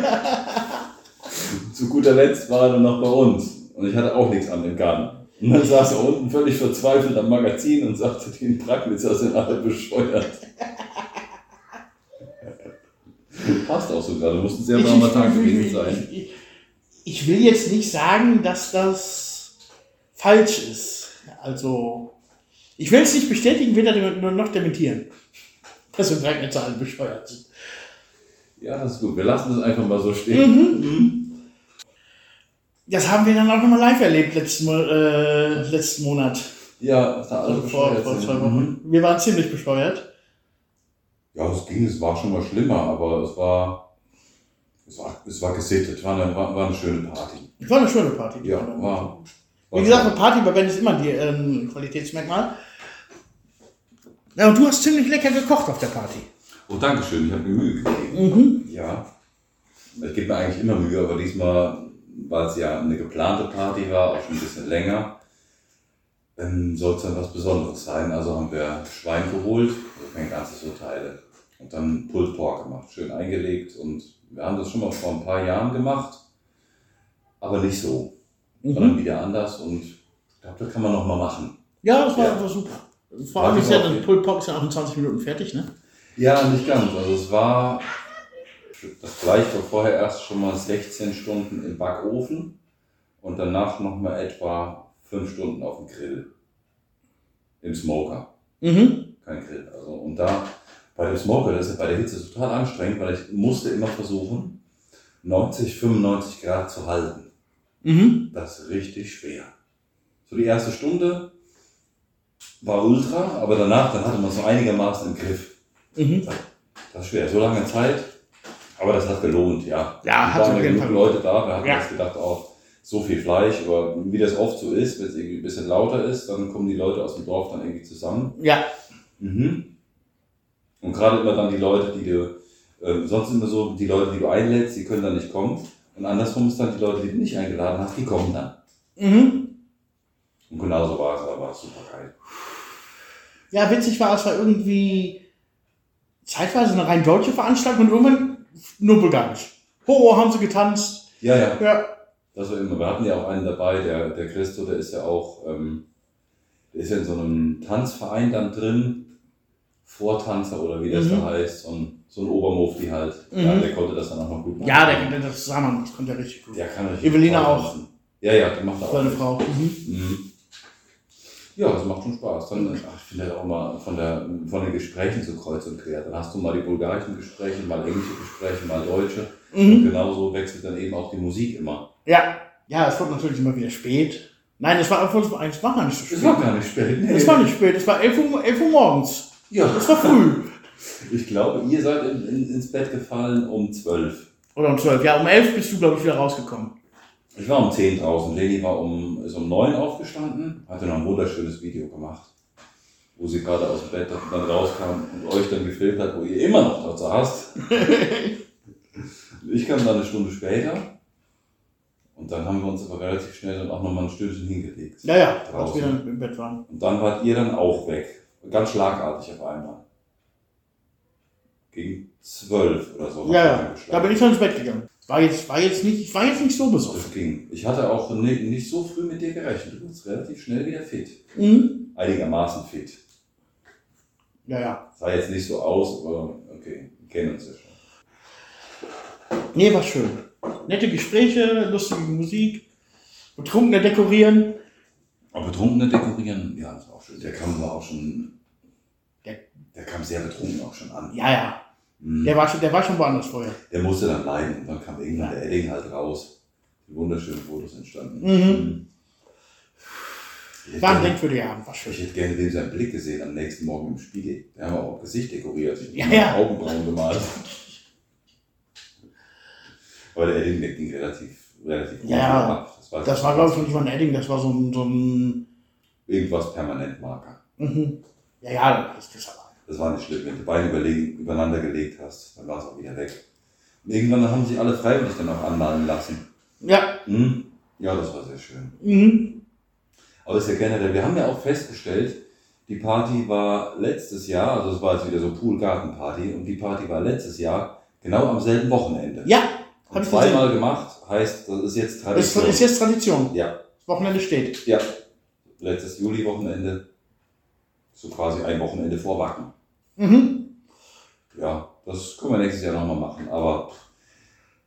Zu guter Letzt war er dann noch bei uns und ich hatte auch nichts an dem Garten. Und dann saß er unten völlig verzweifelt am Magazin und sagte, den Pragnitzer sind alle bescheuert. *laughs* Passt auch so gerade, muss ein sehr warmer Tag gewesen sein.
Ich, ich, ich will jetzt nicht sagen, dass das falsch ist. Also, ich will es nicht bestätigen, weder dem- noch dementieren. Dass wir vielleicht mit Zahlen bescheuert sind.
Ja, das ist gut. Wir lassen das einfach mal so
Mhm.
stehen.
Das haben wir dann auch nochmal live erlebt letzten, Mo- äh, letzten Monat.
Ja, was da alles
Also vor,
bescheuert
vor
sind.
zwei
Mhm.
Wochen. Wir waren ziemlich bescheuert.
Ja, es ging, es war schon mal schlimmer, aber es war, es war, es war gesittet, war eine, war, war eine schöne Party.
Es war eine schöne Party. die
Ja,
wir dann
war.
gemacht haben.
war
Wie gesagt,
schon-
eine Party bei Ben ist immer ein ähm, Qualitätsmerkmal. Ja, und du hast ziemlich lecker gekocht auf der Party.
Oh, Dankeschön, ich habe mir Mühe gegeben.
Mhm.
Ja. Ich gebe mir eigentlich immer Mühe, aber diesmal, weil es ja eine geplante Party war, auch schon ein bisschen länger, ähm, soll es dann was Besonderes sein. Also haben wir Schwein geholt, also kein ganzes Urteile. Und dann Pulled Pork gemacht, schön eingelegt. Und wir haben das schon mal vor ein paar Jahren gemacht, aber nicht so. Sondern wieder anders und ich glaube, das kann man nochmal machen.
Ja, das war
Ja.
einfach super. Vor
War
allem ist
super,
ja
okay.
dann Pulled Pork ist ja auch in 20 Minuten fertig, ne?
Ja, nicht ganz. Also es war, das Fleisch war vorher erst schon mal 16 Stunden im Backofen und danach nochmal etwa 5 Stunden auf dem Grill. Im Smoker,
Mhm.
kein Grill. Also, und da, bei dem Smoker, das ist ja bei der Hitze total anstrengend, weil ich musste immer versuchen, 90, 95 Grad zu halten.
Mhm.
Das ist richtig schwer. So die erste Stunde war ultra, aber danach, dann hatte man es noch einigermaßen im Griff.
Mhm.
Das ist schwer, so lange Zeit. Aber das hat gelohnt, ja.
Ja,
Es
Ah, hat
waren
auf jeden
genug
Fall
Leute da, wir hatten
Ja.
uns gedacht, auch so viel Fleisch, aber wie das oft so ist, wenn es irgendwie ein bisschen lauter ist, dann kommen die Leute aus dem Dorf dann irgendwie zusammen.
Ja.
Mhm. Und gerade immer dann die Leute, die du, ähm, sonst immer so, die Leute, die du einlädst, die können dann nicht kommen. Und andersrum ist dann die Leute, die du nicht eingeladen hast, die kommen dann.
Mhm.
Und genauso war es, aber super geil.
Ja, witzig war, es war irgendwie zeitweise eine rein deutsche Veranstaltung und irgendwann nur bulgarisch. Ho, ho, haben sie getanzt.
Ja, ja.
Ja.
Das war immer. Wir hatten ja auch einen dabei, der, der Christo, der ist ja auch, ähm, der ist ja in so einem Tanzverein dann drin. Vortanzer oder wie das
Mhm.
da heißt. Und so ein Obermufti halt. Ja,
Mhm.
der konnte das dann auch noch gut machen.
Ja, der, der das sah man, das konnte er richtig gut.
der kann richtig
Evelina
gut
auch.
tanzen. Ja, ja, der macht auch.
Seine
mit.
Frau. Mhm.
Mhm. Ja, das macht schon Spaß. Dann, ach, ich finde das auch mal von, der, von den Gesprächen so kreuz und quer. Dann hast du mal die bulgarischen Gespräche, mal englische Gespräche, mal deutsche. Und
Mhm.
genauso wechselt dann eben auch die Musik immer.
Ja. Ja, es wurde natürlich immer wieder spät. Nein, es war, es war es war gar nicht so
Es
spät.
war gar nicht spät. Nee.
Es war nicht spät, es war 11 Uhr, 11 Uhr morgens.
ja.
Es war früh.
Ich glaube, ihr seid in, in, ins Bett gefallen um 12.
Oder um 12. Ja, um 11 bist du, glaube ich, wieder rausgekommen.
Ich war um 10 draußen. Leni war um, ist um 9 aufgestanden, hatte noch ein wunderschönes Video gemacht, wo sie gerade aus dem Bett dann rauskam und euch dann gefilmt hat, wo ihr immer noch dort
*laughs*
saßt. ich kam dann eine Stunde später und dann haben wir uns aber relativ schnell dann auch nochmal ein Stündchen hingelegt.
Ja, ja, als
Draußen.
wir dann im Bett waren.
Und dann wart ihr dann auch weg. Ganz schlagartig auf einmal. Gegen 12 oder so.
Ja, ja, da bin ich dann ins Bett gegangen. War jetzt, war jetzt nicht, ich war jetzt nicht so besoffen.
Das ging. Ich hatte auch ni- nicht so früh mit dir gerechnet. Du bist relativ schnell wieder fit.
Mhm.
Einigermaßen fit.
Ja, ja.
Sah jetzt nicht so aus, aber okay, wir kennen uns ja schon.
Nee, war schön. Nette Gespräche, lustige Musik, betrunkene Dekorieren.
Aber Betrunkene dekorieren, ja, das ist auch schön. Der Kamm war auch schon.
Der-
der kam sehr betrunken auch schon an.
Ja, ja.
Mhm.
Der war schon, der war schon woanders vorher.
Der musste dann bleiben und dann kam irgendwann der Edding halt raus. Die wunderschönen Fotos entstanden.
Mhm.
Ich hätte
War ein
gerne-
denkwürdiger Abend, war schön.
Ich hätte gerne den seinen Blick gesehen am nächsten Morgen im Spiegel. Wir haben auch Gesicht dekoriert. Ich
Ja,
habe
ja.
Augenbrauen gemalt. Aber der Edding der ging relativ, relativ gut
Ja,
ab. Das war,
Das war, glaube ich, noch nicht mal ein Edding, das war so ein, so ein,
irgendwas Permanentmarker.
mhm. ja, ja, das ist aber.
Das war nicht schlimm, wenn du die Beine überlegen, übereinander gelegt hast, dann war es auch wieder weg. Und irgendwann haben sich alle freiwillig dann auch anmalen lassen.
Ja,
Hm? Ja, das war sehr schön.
mhm.
Aber ist ja generell, wir haben ja auch festgestellt, die Party war letztes Jahr, also es war jetzt wieder so Pool-Garten-Party, und die Party war letztes Jahr genau am selben Wochenende.
ja,
Und
hab ich
zweimal
gesehen.
gemacht, heißt, das ist jetzt
Das
Tradition.
ist jetzt Tradition.
ja,
Das Wochenende steht.
ja. Letztes Juli-Wochenende, so quasi ein Wochenende vor Wacken.
Mhm.
Ja, das können wir nächstes Jahr nochmal machen, aber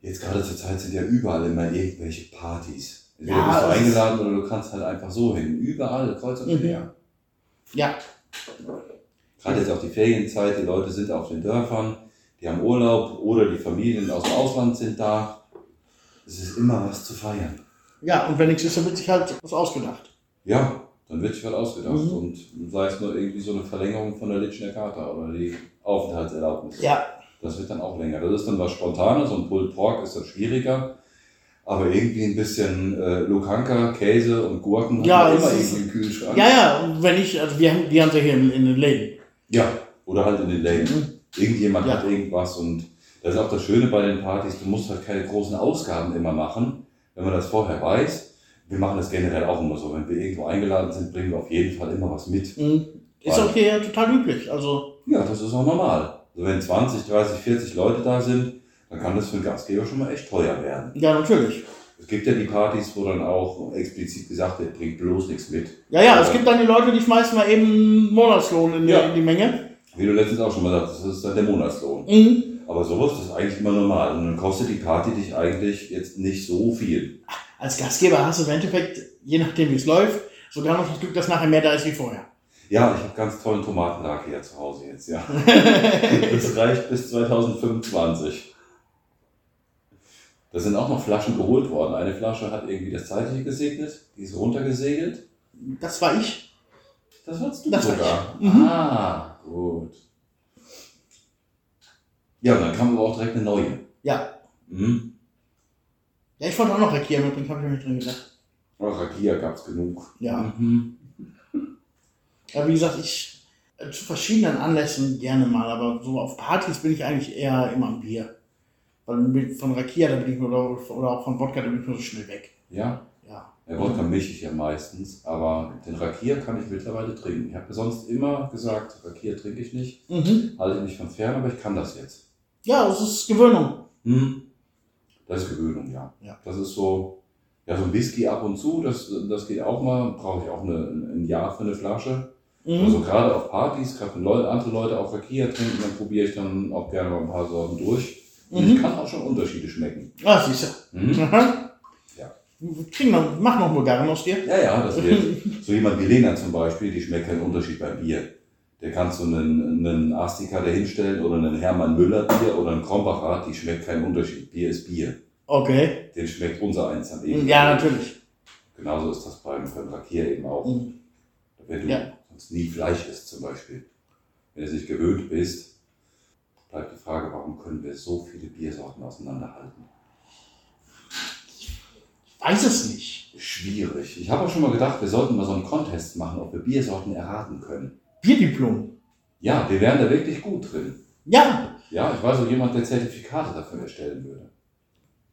jetzt gerade zur Zeit sind ja überall immer irgendwelche Partys. Entweder
Ja,
bist du
es ist-
eingeladen oder du kannst halt einfach so hin. Überall, kreuz und
Mhm.
quer.
Ja,
Gerade jetzt auch die Ferienzeit, die Leute sind auf den Dörfern, die haben Urlaub oder die Familien aus dem Ausland sind da. Es ist immer was zu feiern.
ja, und wenn nichts ist, dann wird sich halt was ausgedacht.
Ja, dann wird sich was ausgedacht
Mhm.
und sei es nur irgendwie so eine Verlängerung von der Litschner Charta oder die Aufenthaltserlaubnis.
Ja,
Das wird dann auch länger. Das ist dann was Spontanes und Pulled Pork ist dann schwieriger. Aber irgendwie ein bisschen äh, Lukanka, Käse und Gurken hat
Ja,
man
es
immer
ist-
irgendwie im Kühlschrank.
ja, ja, und wenn ich, also wir haben, die haben sie hier in, in den Läden.
Ja, oder halt in den Läden.
Mhm.
Irgendjemand
Ja.
hat irgendwas und das ist auch das Schöne bei den Partys, du musst halt keine großen Ausgaben immer machen, wenn man das vorher weiß. Wir machen das generell auch immer so. Wenn wir irgendwo eingeladen sind, bringen wir auf jeden Fall immer was mit.
Mhm. Ist
Weil-
auch hier ja total üblich. Also,
Ja, das ist auch normal. Also wenn 20, 30, 40 Leute da sind, dann kann das für einen Gastgeber schon mal echt teuer werden.
ja, natürlich.
Es gibt ja die Partys, wo dann auch explizit gesagt wird, bringt bloß nichts mit.
Ja, ja, es gibt dann die Leute, die schmeißen mal eben einen Monatslohn in die,
Äh. Ja.
in die Menge.
Wie du letztens auch schon mal sagtest, das ist dann der Monatslohn.
Mhm.
Aber sowas ist eigentlich immer normal. Und dann kostet die Party dich eigentlich jetzt nicht so viel.
Als Gastgeber hast du im Endeffekt, je nachdem wie es läuft, sogar noch das Glück, dass nachher mehr da ist wie vorher.
Ja, ich habe ganz tollen Tomatenlack hier zu Hause jetzt,
*laughs*
ja. das reicht bis 2025. Da sind auch noch Flaschen geholt worden. Eine Flasche hat irgendwie das Zeitliche gesegnet, die ist runtergesegelt.
Das war ich.
Das warst du
Das war
sogar.
ich. Mhm.
Ah, gut. Ja, und dann kam aber auch direkt eine neue.
Ja.
Mhm.
Ja, ich wollte auch noch Rekia mitbringen, habe ich mir drin gedacht.
Ach, Oh, Rakia gab es genug.
Ja.
Mhm.
Ja, wie gesagt, ich äh, zu verschiedenen Anlässen gerne mal, aber so auf Partys bin ich eigentlich eher immer am Bier. Weil mit- von Rakia, da bin ich nur, oder auch von Wodka, da bin ich nur so schnell weg.
Ja.
Ja.
Ja, Wodka mische ich ja meistens, aber den Rakia kann ich mittlerweile trinken. Ich habe sonst immer gesagt, Rakia trinke ich nicht,
Mhm.
halte mich von fern, aber ich kann das jetzt.
Ja, es ist Gewöhnung.
Hm? Das ist Gewöhnung, ja.
Ja.
Das ist so, ja, so ein Whisky ab und zu, das, das geht auch mal, brauche ich auch eine, ein Jahr für eine Flasche.
Mhm.
Also gerade auf Partys, gerade wenn Leute, andere Leute auch Rakia trinken, dann probiere ich dann auch gerne mal ein paar Sorten durch. Und ich
Mhm.
kann auch schon Unterschiede schmecken.
Ah, siehst du.
Hm?
Aha.
Ja.
Wir Kriegen noch, mach noch einen Bulgaren aus dir.
Ja, ja, das wird. So jemand wie Lena zum Beispiel, die schmeckt keinen Unterschied beim Bier. Der kannst du einen, einen Astika da hinstellen oder einen Hermann Müller Bier oder einen Krombacher, die schmeckt keinen Unterschied. Bier ist Bier.
Okay.
Den schmeckt unser eins am ehesten.
Ja, natürlich.
Genauso ist das beim, beim Rakier eben auch.
Mhm.
Wenn du
Ja.
sonst nie Fleisch isst zum Beispiel, wenn du es nicht gewöhnt bist, bleibt die Frage, warum können wir so viele Biersorten auseinanderhalten?
Weiß es nicht.
Schwierig. Ich habe auch schon mal gedacht, wir sollten mal so einen Contest machen, ob wir Biersorten erraten können.
Bierdiplom.
Ja, wir wären da wirklich gut drin.
Ja.
Ja, ich weiß auch jemand, der Zertifikate dafür erstellen würde.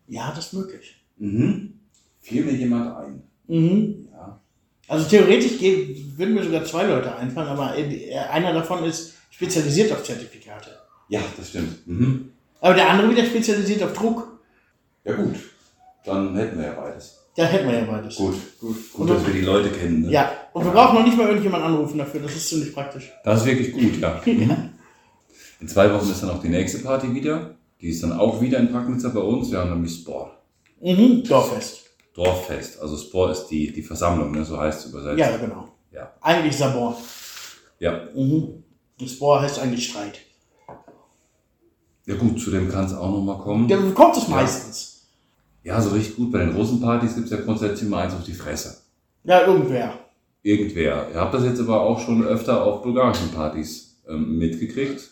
Ja, das ist möglich.
Mhm. Fiel mir jemand ein.
Mhm.
Ja.
Also theoretisch gehen, würden mir sogar zwei Leute einfallen, aber äh, einer davon ist spezialisiert auf Zertifikate.
ja, das stimmt. Mhm.
Aber der andere wieder spezialisiert auf Druck.
Ja gut, dann hätten wir ja beides.
Da hätten wir ja beides.
Gut,
Gut.
gut,
Und-
dass wir die Leute kennen. Ne?
Ja, und wir brauchen noch nicht mal irgendjemand anrufen dafür, das ist ziemlich praktisch.
Das ist wirklich gut, *laughs* ja. In zwei Wochen ist dann auch die nächste Party wieder. Die ist dann auch wieder in Pragnitzer bei uns. Wir haben nämlich Sport.
Mhm, Dorffest.
Dorffest. Also Sport ist die, die Versammlung, ne? so heißt es übersetzt.
Ja, genau.
Ja.
Eigentlich Sabor.
ja.
Mhm. Das Bohr heißt eigentlich Streit.
Ja gut, zu dem kann es auch nochmal kommen.
Da kommt es
Hm. Ja.
meistens.
Ja, so richtig gut. Bei den Russenpartys gibt es ja grundsätzlich immer eins auf die Fresse.
Ja, irgendwer.
Irgendwer. Ihr habt das jetzt aber auch schon öfter auf bulgarischen Partys ähm, mitgekriegt.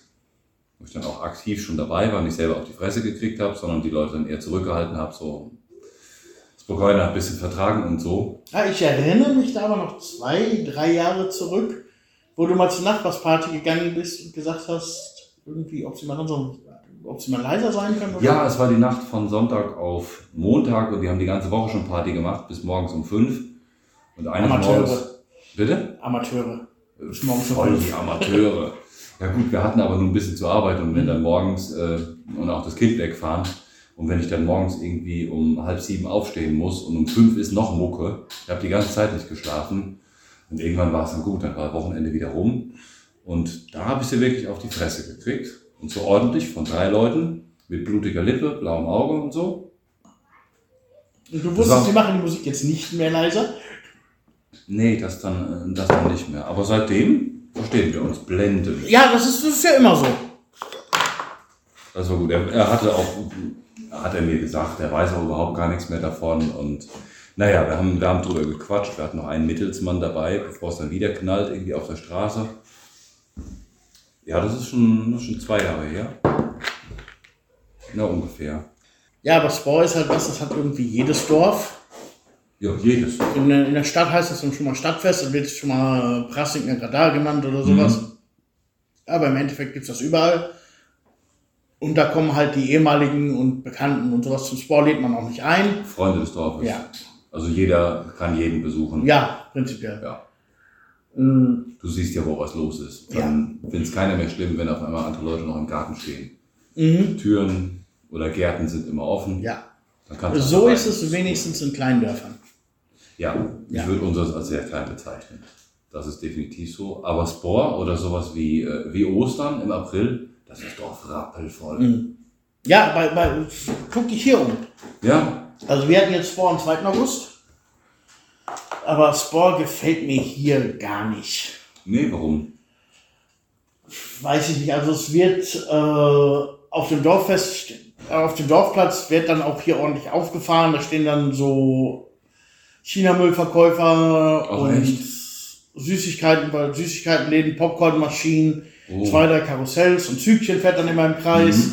Wo ich dann auch aktiv schon dabei war und nicht selber auf die Fresse gekriegt habe, sondern die Leute dann eher zurückgehalten habe, so. Spokoiner ein bisschen vertragen und so.
Ja, ich erinnere mich da aber noch zwei, drei Jahre zurück, wo du mal zur Nachbarsparty gegangen bist und gesagt hast, irgendwie, ob sie mal, so, ob sie mal leiser sein können. Oder
Ja, es war die Nacht von Sonntag auf Montag und die haben die ganze Woche schon Party gemacht, bis morgens um fünf. Und eines
Amateure.
Morgens. Bitte?
Amateure. Bis morgens um
Voll
fünf.
die Amateure. ja gut, wir hatten aber nur ein bisschen zur Arbeit und wenn dann morgens äh, und auch das Kind wegfahren und wenn ich dann morgens irgendwie um halb sieben aufstehen muss und um fünf ist noch Mucke, ich habe die ganze Zeit nicht geschlafen und irgendwann war es dann gut, dann war Wochenende wieder rum und da habe ich sie wirklich auf die Fresse gekriegt und so ordentlich von drei Leuten mit blutiger Lippe, blauem Auge und so.
Und du
Das war-
wusstest, sie machen die Musik jetzt nicht mehr leiser.
Nee, das dann, äh, das dann nicht mehr. Aber seitdem verstehen wir uns blendend.
Ja, das ist, das ist ja immer so.
Das war gut. Er, er hatte auch, hat er mir gesagt, er weiß auch überhaupt gar nichts mehr davon. Und naja, wir haben, wir haben drüber gequatscht. Wir hatten noch einen Mittelsmann dabei, bevor es dann wieder knallt, irgendwie auf der Straße. Ja, das ist schon, das ist schon zwei Jahre her. Na, ungefähr.
Ja, aber Spor ist halt was, das hat irgendwie jedes Dorf.
Ja, jedes.
In der, in der Stadt heißt das dann schon mal Stadtfest, dann wird es schon mal Prassinger Gradar genannt oder sowas. Aber im Endeffekt gibt es das überall. Und da kommen halt die ehemaligen und Bekannten und sowas. Zum Sport lädt man auch nicht ein.
Freunde des Dorfes.
Ja.
Also jeder kann jeden besuchen.
Ja, prinzipiell.
ja.
Mhm.
Du siehst ja, wo was los ist.
Ja.
Dann findet es keiner mehr schlimm, wenn auf einmal andere Leute noch im Garten stehen.
Mhm.
Türen oder Gärten sind immer offen.
Ja.
Dann kannst du
So
rein.
ist es wenigstens in Kleindörfern.
Ja, ich
Ja.
würde unseres als sehr klein bezeichnen. Das ist definitiv so. Aber Spor oder sowas wie, äh, wie Ostern im April, das ist doch rappelvoll.
Mhm. Ja, bei, bei, guck dich hier um.
Ja,
Also wir hatten jetzt Spor am 2. August. Aber Spor gefällt mir hier gar nicht.
nee, warum?
weiß ich nicht, also es wird äh, auf dem Dorffest, äh, auf dem Dorfplatz wird dann auch hier ordentlich aufgefahren. Da stehen dann so China-Müllverkäufer
Ach,
und
echt?
Süßigkeiten, bei Süßigkeitenläden, Popcornmaschinen,
Oh. Mhm.
zwei, drei Karussells und Zügchen fährt dann immer im Kreis.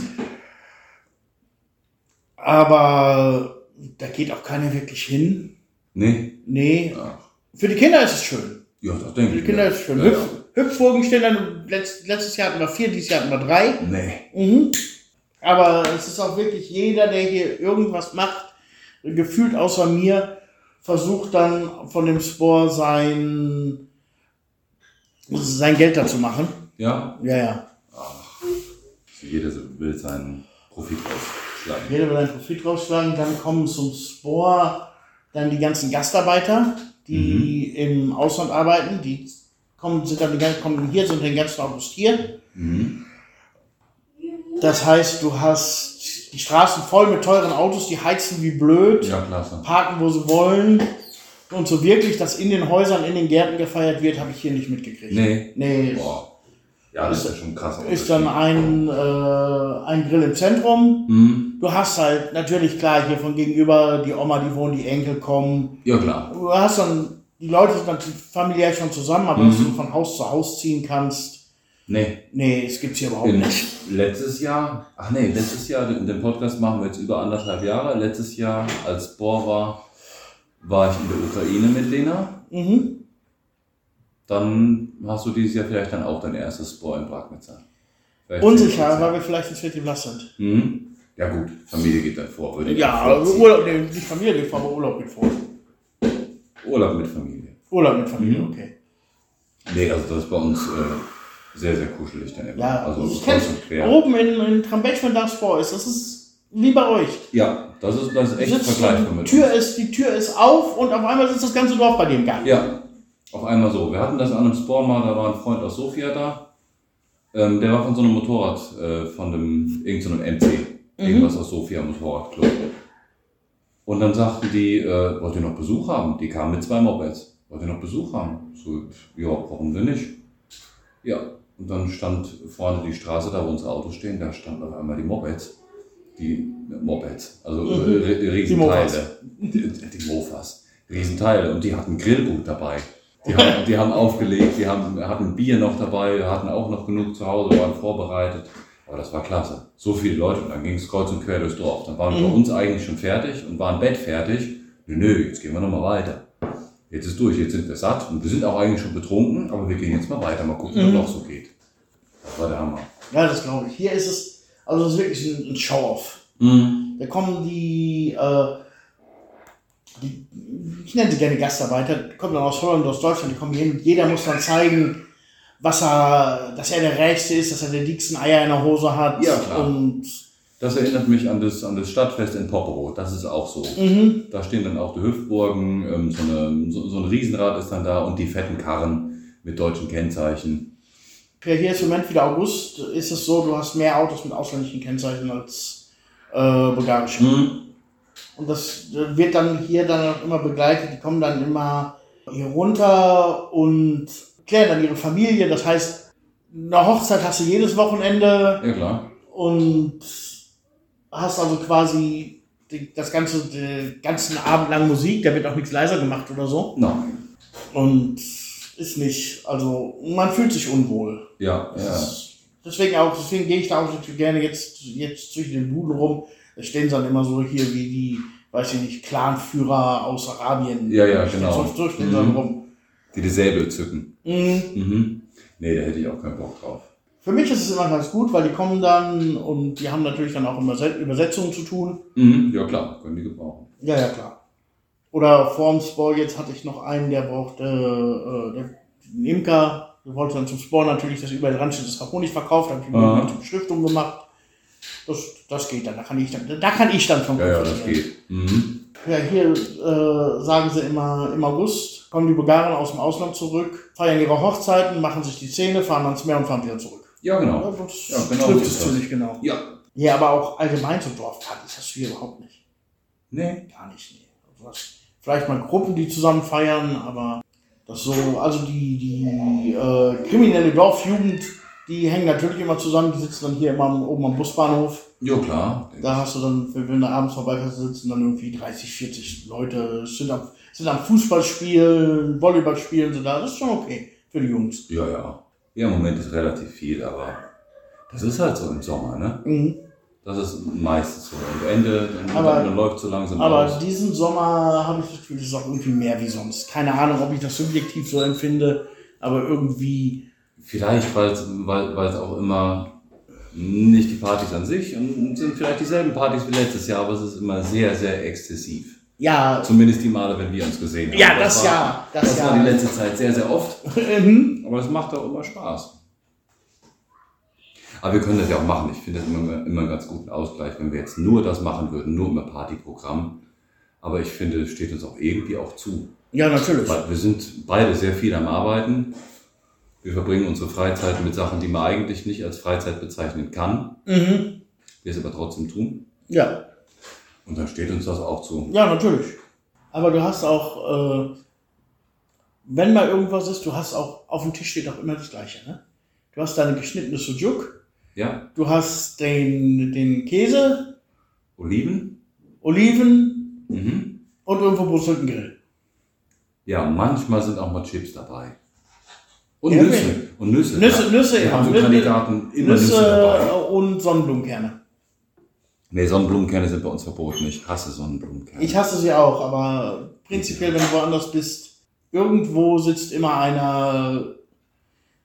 Aber da geht auch keiner wirklich hin.
Nee?
Nee.
Ja,
Für die Kinder ist es schön.
ja das denke
Für
ich.
die Kinder
mir.
ist es schön.
Ja,
Hüpf,
ja.
Hüpfburgen stehen dann, letzt, letztes Jahr hatten wir vier, dieses Jahr hatten wir drei.
Nee.
Mhm. Aber es ist auch wirklich jeder, der hier irgendwas macht, gefühlt außer mir, versucht dann von dem Spor sein, sein Geld dazu machen.
Ja?
Ja, ja.
Jeder will seinen Profit ausschlagen.
Jeder will einen Profit rausschlagen, dann kommen zum Spor dann die ganzen Gastarbeiter, die
Mhm.
im Ausland arbeiten, die kommen, sind dann die ganzen, kommen hier, sind den ganzen August hier.
Mhm.
Das heißt, du hast die Straßen voll mit teuren Autos, die heizen wie blöd.
Ja, klasse.
parken, wo sie wollen. Und so wirklich, dass in den Häusern, in den Gärten gefeiert wird, habe ich hier nicht mitgekriegt.
Nee.
Nee.
Boah. Ja, das ist ja schon krass.
Ist dann ein, äh, ein Grill im Zentrum.
Mhm.
Du hast halt natürlich klar hier von gegenüber die Oma, die wohnt, die Enkel kommen.
Ja, klar.
Du hast dann die Leute sind natürlich familiär schon zusammen, aber
Mhm.
dass du von Haus zu Haus ziehen kannst.
Nee,
Nee, es gibt's hier überhaupt
in
nicht.
Genau. letztes Jahr, ach nee, letztes Jahr, den, den Podcast machen wir jetzt über anderthalb Jahre. Letztes Jahr, als Bohr war, war ich in der Ukraine mit Lena.
Mhm.
Dann hast du dieses Jahr vielleicht dann auch dein erstes Bohr in Pragmitzer. Vielleicht-
Unsicher, weil wir vielleicht ein Viertel blass sind.
Mhm. Ja gut, Familie geht dann vor. Würde ich
Ja,
auch vorziehen.
Urlaub, nee, nicht Familie geht vor, aber Urlaub geht vor.
Urlaub mit Familie.
Urlaub mit Familie,
Mhm.
okay.
Nee, also das ist bei uns äh, sehr, sehr kuschelig dann immer.
Ja,
also
ich
kreuz
kenn's.
und quer.
Oben in, in Trambeck, wenn das vor ist, das ist wie bei euch.
Ja, das ist, das ist echt
Sitzt-
vergleichbar mit
Tür ist, die Tür ist auf und auf einmal sitzt das ganze Dorf bei dem Gang.
uns. Ja, auf einmal so. Wir hatten das an einem Spawn mal, da war ein Freund aus Sofia da. Ähm, der war von so einem Motorrad, äh, von einem, irgend so einem MC. Irgendwas aus Sofia, Motorradclub. Und dann sagten die, äh, wollt ihr noch Besuch haben? Die kamen mit zwei Mopeds. Wollt ihr noch Besuch haben? So, ja, warum denn nicht? Ja, und dann stand vorne die Straße, da wo unsere Autos stehen, da standen auf einmal die Mopeds. Die äh, Mopeds, also
Mhm.
äh, Ri-
Mofas.
Riesenteile. Die, äh, die Mofas. Riesenteile. Und die hatten Grillgut dabei. Die haben, die haben aufgelegt, die haben, hatten Bier noch dabei, hatten auch noch genug zu Hause, waren vorbereitet. Aber das war klasse. So viele Leute und dann ging es kreuz und quer durchs Dorf. Dann waren wir
Mhm.
bei uns eigentlich schon fertig und waren Bett fertig. Nö, nö, jetzt gehen wir nochmal weiter. Jetzt ist durch, jetzt sind wir satt und wir sind auch eigentlich schon betrunken, aber wir gehen jetzt mal weiter, mal gucken,
Mhm.
was noch so geht. Das war der Hammer.
Ja, das glaube ich. Hier ist es, also das ist wirklich ein, ein Show-Off.
Mhm.
Da kommen die, äh, die, ich nenne sie gerne Gastarbeiter, die kommen dann aus Holland, aus Deutschland, die kommen hier hin. Jeder muss dann zeigen, was er, dass er der Reichste ist, dass er der dicksten Eier in der Hose hat.
Ja, klar.
Und,
Das erinnert mich an das, an das Stadtfest in Popperow. Das ist auch so.
mhm,
Da stehen dann auch die Hüftburgen, ähm, so, eine, so, so ein Riesenrad ist dann da und die fetten Karren mit deutschen Kennzeichen.
ja, hier ist im Moment wieder August, ist es so, du hast mehr Autos mit ausländischen Kennzeichen als äh, bulgarische.
Mhm.
Und das wird dann hier dann auch immer begleitet. Die kommen dann immer hier runter und klären dann ihre Familie. Das heißt, eine Hochzeit hast du jedes Wochenende
Ja klar.
und hast also quasi die, das ganze, den ganzen Abend lang Musik. Da wird auch nichts leiser gemacht oder so.
Nein.
Und ist nicht, also man fühlt sich unwohl.
Ja,
Das
ja.
ist- Deswegen auch, deswegen gehe ich da auch so gerne jetzt, jetzt zwischen den Buden rum. Da stehen sie dann immer so hier wie die, weiß ich nicht, Clanführer aus Arabien.
Ja, ja,
Da stehen
genau.
So, so stehen sie dann
Mhm.
rum.
Die die Säbel zücken.
Mhm.
Mhm. Nee, da hätte ich auch keinen Bock drauf.
Für mich ist es immer ganz gut, weil die kommen dann und die haben natürlich dann auch immer Se- Übersetzungen zu tun.
Mhm. Ja klar, können die gebrauchen.
Ja, ja, klar. Oder vorm Spawn, jetzt hatte ich noch einen, der brauchte äh, der, einen Imker. Der wollte dann zum Spawn natürlich, dass überall dran steht, das habe Honig verkauft, habe ich mir
Ah.
eine Beschriftung gemacht. Das, das geht dann, da kann ich dann, da kann ich dann von
Ja, ja, das
profitieren.
geht. Mhm.
Ja, hier äh, sagen sie immer, im August kommen die Bulgaren aus dem Ausland zurück, feiern ihre Hochzeiten, machen sich die Zähne, fahren ans Meer und fahren wieder zurück.
Ja,
Ja,
genau.
das
Ja, genau
trifft
so ist
es
das.
ziemlich genau.
Ja.
Ja, aber auch allgemein so Dorfpartys hast du hier überhaupt nicht.
Nee.
Gar nicht, nee. Du hast vielleicht mal Gruppen, die zusammen feiern, aber das so, also die, die äh, kriminelle Dorfjugend, die hängen natürlich immer zusammen, die sitzen dann hier immer am- oben am Busbahnhof.
Ja, klar.
Da hast du dann, wenn wenn du abends vorbeifährst, sitzen dann irgendwie 30, 40 Leute, sind am, sind am Fußballspielen, Volleyballspielen, so da. Das ist schon okay für die Jungs.
Ja, ja. Ja, im Moment ist relativ viel, aber das ist halt so im Sommer, ne?
Mhm.
Das ist meistens so. Am Ende, dann,
Aber-
dann läuft so langsam
Aber
aus.
diesen Sommer habe ich das Gefühl, es ist auch irgendwie mehr wie sonst. Keine Ahnung, ob ich das subjektiv so empfinde, aber irgendwie,
Vielleicht, weil's, weil weil es auch immer nicht die Partys an sich und sind vielleicht dieselben Partys wie letztes Jahr, aber es ist immer sehr, sehr exzessiv.
ja,
Zumindest die Male, wenn wir uns gesehen haben.
ja, das, ja,
Das,
das,
war die
ja.
letzte Zeit sehr, sehr oft.
*laughs* Mhm.
Aber es macht auch immer Spaß. Aber wir können das ja auch machen. Ich finde das immer, immer einen ganz guten Ausgleich, wenn wir jetzt nur das machen würden, nur immer Partyprogramm. Aber ich finde, es steht uns auch irgendwie auch zu.
ja, natürlich.
Weil wir sind beide sehr viel am Arbeiten. Wir verbringen unsere Freizeit mit Sachen, die man eigentlich nicht als Freizeit bezeichnen kann,
Mhm.
wir es aber trotzdem tun.
Ja,
Und dann steht uns das auch zu.
ja, natürlich. Aber du hast auch, äh, wenn mal irgendwas ist, du hast auch, auf dem Tisch steht auch immer das Gleiche, ne? Du hast deine geschnittene Sujuk,
Ja,
du hast den, den Käse,
Oliven.
Oliven
Mhm.
und irgendwo brutzelten Grill.
Ja, manchmal sind auch mal Chips dabei. Und
Ja,
Nüsse.
okay.
Und Nüsse.
Nüsse-
ja.
Nüsse,
Wir
ja.
haben so
Nüsse-
Kandidaten immer Nüsse,
Nüsse
dabei.
und Sonnenblumenkerne.
Nee, Sonnenblumenkerne sind bei uns verboten. Ich hasse Sonnenblumenkerne.
Ich hasse sie auch, aber prinzipiell, wenn du woanders bist, irgendwo sitzt immer einer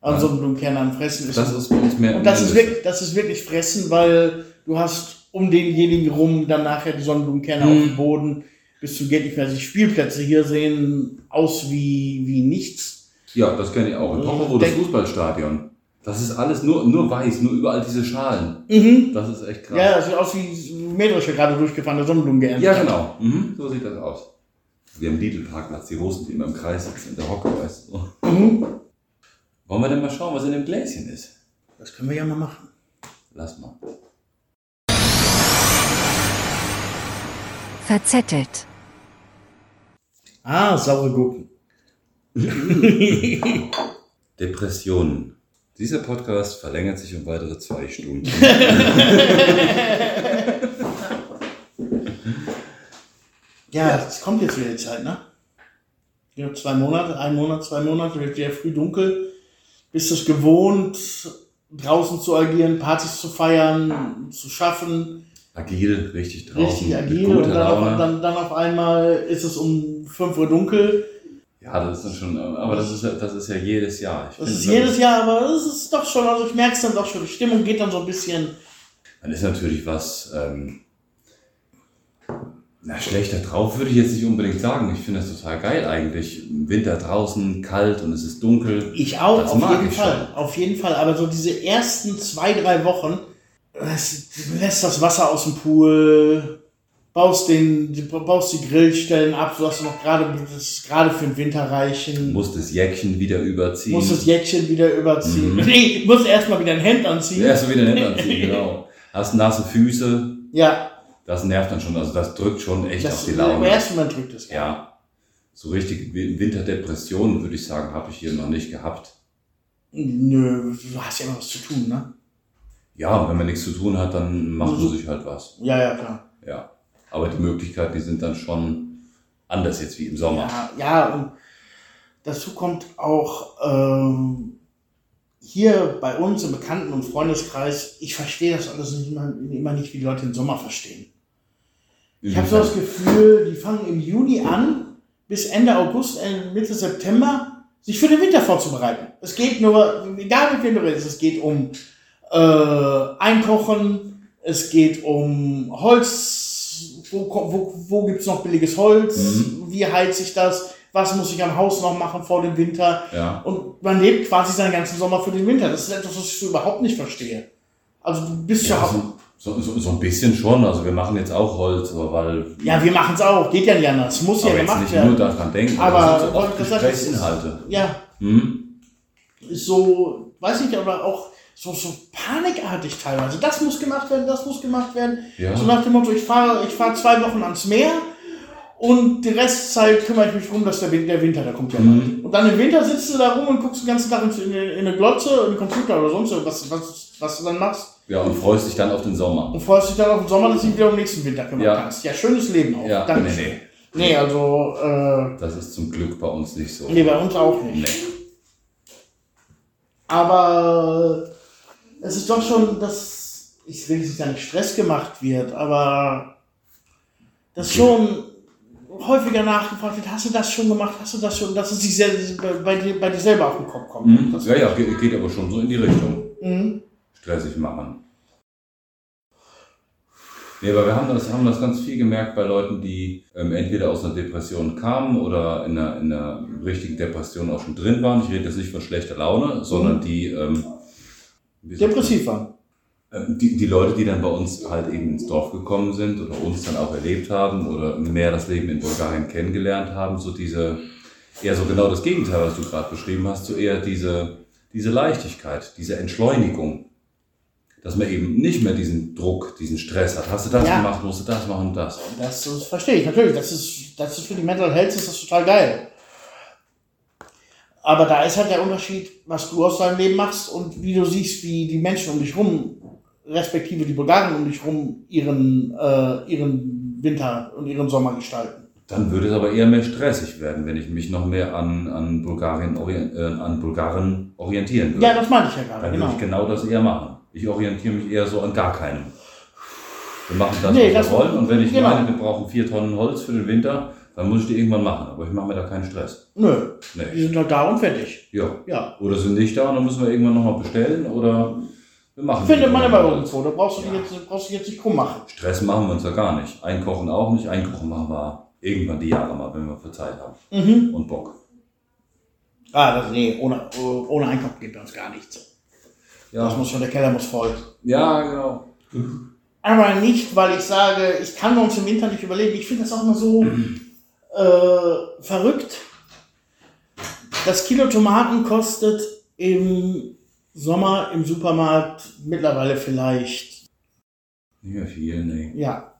an so einem Blumenkern am Fressen. Ist
das ist bei uns mehr.
und das
mehr
ist,
Nüsse.
wirklich, das ist wirklich Fressen, weil du hast um denjenigen rum dann nachher die Sonnenblumenkerne
Mhm.
auf dem Boden bis zum Geld nicht mehr. Also Die Spielplätze hier sehen aus wie, wie nichts.
Ja, das kenne ich auch. In Pochowo, das
Äh, Denk-
Fußballstadion. Das ist alles nur, nur weiß, nur überall diese Schalen.
Mhm.
Das ist echt krass.
Ja, das sieht aus wie Mähdrescher gerade durchgefahrene Sonnenblumen geerntet.
Ja,
hat.
genau. Mhm, so sieht das aus. Wir haben Lidl-Parkplatz, die Hosen, die immer im Kreis sitzen, in der Hocke, weißt du.
Mhm.
Wollen wir denn mal schauen, was in dem Gläschen ist?
Das können wir ja mal machen.
Lass mal.
Verzettelt.
Ah, saure Gurken.
Depressionen. Dieser Podcast verlängert sich um weitere zwei
*laughs*
Stunden.
Ja, es kommt jetzt wieder die Zeit, ne? Ja, zwei Monate, ein Monat, zwei Monate, wird wieder früh dunkel. Bist es gewohnt, draußen zu agieren, Partys zu feiern, zu schaffen,
Agil, richtig drauf.
richtig
mit
agil
guter
und dann
Laune.
auf, dann, dann auf einmal ist es um 5 Uhr dunkel.
Ja, das ist schon, aber das ist, ja- das ist ja jedes Jahr. Ich
Das
find,
ist jedes Jahr, aber es ist doch schon, also ich merke es dann doch schon, die Stimmung geht dann so ein bisschen.
Dann ist natürlich was, ähm, na, schlechter drauf würde ich jetzt nicht unbedingt sagen. Ich finde das total geil eigentlich. Im Winter draußen, kalt und es ist dunkel.
Ich auch,
Das
auf
mag
jeden
ich
Fall. Auf jeden Fall. Aber so diese ersten zwei, drei Wochen, das, du lässt das Wasser aus dem Pool, baust, den, du baust die Grillstellen ab, so dass du noch gerade das gerade für den Winter reichen.
Muss das Jäckchen wieder überziehen.
musst das Jäckchen wieder überziehen.
Mhm.
Nee, musst erstmal wieder ein Hemd anziehen.
Ja, so wieder nett anziehen, genau. Hast nasse Füße,
Ja,
das nervt dann schon. Also das drückt schon echt auf
das
die
im
Laune.
ersten Mal drückt es.
Ja. So richtig Winterdepressionen, würde ich sagen, habe ich hier noch nicht gehabt.
Nö, du hast ja immer was zu tun, ne?
Ja, und wenn man nichts zu tun hat, dann macht man
Mhm.
sich halt was.
Ja, ja, klar.
Ja. Aber die Möglichkeiten, die sind dann schon anders jetzt wie im Sommer.
Ja, ja, und dazu kommt auch ähm, hier bei uns im Bekannten- und Freundeskreis, ich verstehe das alles nicht immer, immer nicht, wie die Leute den Sommer verstehen. Ich habe so
halt
das Gefühl, die fangen im Juni an, bis Ende August, äh, Mitte September, sich für den Winter vorzubereiten. Es geht nur, egal mit wem du redest, es geht um äh, Einkochen, es geht um Holz, wo, ko- wo, wo gibt's noch billiges Holz,
Mhm.
wie heize ich das, was muss ich am Haus noch machen vor dem Winter.
ja.
Und man lebt quasi seinen ganzen Sommer für den Winter. Das ist etwas, was ich so überhaupt nicht verstehe. Also du bist ja,
ja
auch.
so, so, so, so ein bisschen schon. Also wir machen jetzt auch Holz, aber weil.
Ja, wir machen's auch, geht ja nicht anders. Es muss
aber
ja
jetzt
gemacht
nicht
werden.
nur daran denken,
Aber
das sind so
wollte
oft halt.
ich gerade sagen, das ist-
Gesprächsinhalte.
ja,
Hm?
ist so, weiß nicht, aber auch so, so panikartig teilweise. Das muss gemacht werden, das muss gemacht werden.
Ja.
So nach dem Motto, ich fahre ich fahr zwei Wochen ans Meer und die Restzeit kümmere ich mich darum, dass der, Win- der Winter, der kommt ja
Mhm.
bald. Und dann im Winter sitzt du da rum und guckst den ganzen Tag in, in, in eine Glotze, in den Computer oder sonst was, was, was du dann machst.
ja, und freust dich dann auf den Sommer.
Und freust dich dann auf den Sommer, dass du dich wieder um den nächsten Winter kümmern
Ja.
kannst. Ja, schönes Leben auch.
Ja,
Danke.
nee, nee.
Nee, also, äh,
Das ist zum Glück bei uns nicht so.
nee, bei uns auch nicht.
Nee.
Aber es ist doch schon, dass ich will nicht sagen, Stress gemacht wird, aber dass schon häufiger nachgefragt wird, hast du das schon gemacht, hast du das schon, dass es sich sel- bei, dir, bei dir selber auf den Kopf kommt.
Hm?
Das,
Ja, ja, geht, geht aber schon so in die Richtung.
Mhm.
Stressig machen. Nee, aber wir haben das, haben das ganz viel gemerkt bei Leuten, die ähm, entweder aus einer Depression kamen oder in einer, in einer richtigen Depression auch schon drin waren. Ich rede jetzt nicht von schlechter Laune, sondern die. Ähm, wie sagt man?
Depressiv war.
Ähm, Die, die Leute, die dann bei uns halt eben ins Dorf gekommen sind oder uns dann auch erlebt haben oder mehr das Leben in Bulgarien kennengelernt haben, so diese, eher so genau das Gegenteil, was du gerade beschrieben hast, so eher diese, diese Leichtigkeit, diese Entschleunigung. Dass man eben nicht mehr diesen Druck, diesen Stress hat. Hast du das
Ja.
gemacht, musst du das machen und das.
Das, das verstehe ich natürlich. Das ist, das ist für die Mental Health ist das total geil. Aber da ist halt der Unterschied, was du aus deinem Leben machst und wie du siehst, wie die Menschen um dich rum, respektive die Bulgaren um dich rum, ihren, äh, ihren Winter und ihren Sommer gestalten.
Dann würde es aber eher mehr stressig werden, wenn ich mich noch mehr an, an, Bulgarien, orien, äh, an Bulgaren orientieren würde.
Ja, das meine ich ja gerade,
Dann
genau.
würde ich genau das eher machen. Ich orientiere mich eher so an gar keinem. Wir machen das,
Nee,
was
das-
wir wollen. Und wenn ich
genau.
meine, wir brauchen vier Tonnen Holz für den Winter, dann muss ich die irgendwann machen. Aber ich mache mir da keinen Stress.
Nö, die
Nee.
sind halt da und fertig.
Ja.
Ja.
Oder sind nicht da und dann müssen wir irgendwann nochmal bestellen oder wir machen
Findet
die
man
Tonnen
immer
Holz.
irgendwo, da brauchst du, dich
Ja.
jetzt, brauchst du dich jetzt nicht krumm machen.
Stress machen wir uns ja gar nicht. Einkochen auch nicht. Einkochen machen wir irgendwann die Jahre mal, wenn wir für Zeit haben.
Mhm.
Und Bock.
Ah, das, nee, ohne, ohne Einkauf geht bei uns gar nichts. Das
Ja,
muss schon, der Keller muss voll.
ja genau.
Aber nicht, weil ich sage, ich kann bei uns im Winter nicht überleben. Ich finde das auch mal so äh, verrückt. Das Kilo Tomaten kostet im Sommer im Supermarkt mittlerweile vielleicht,
Nicht mehr viel, nee.
ja.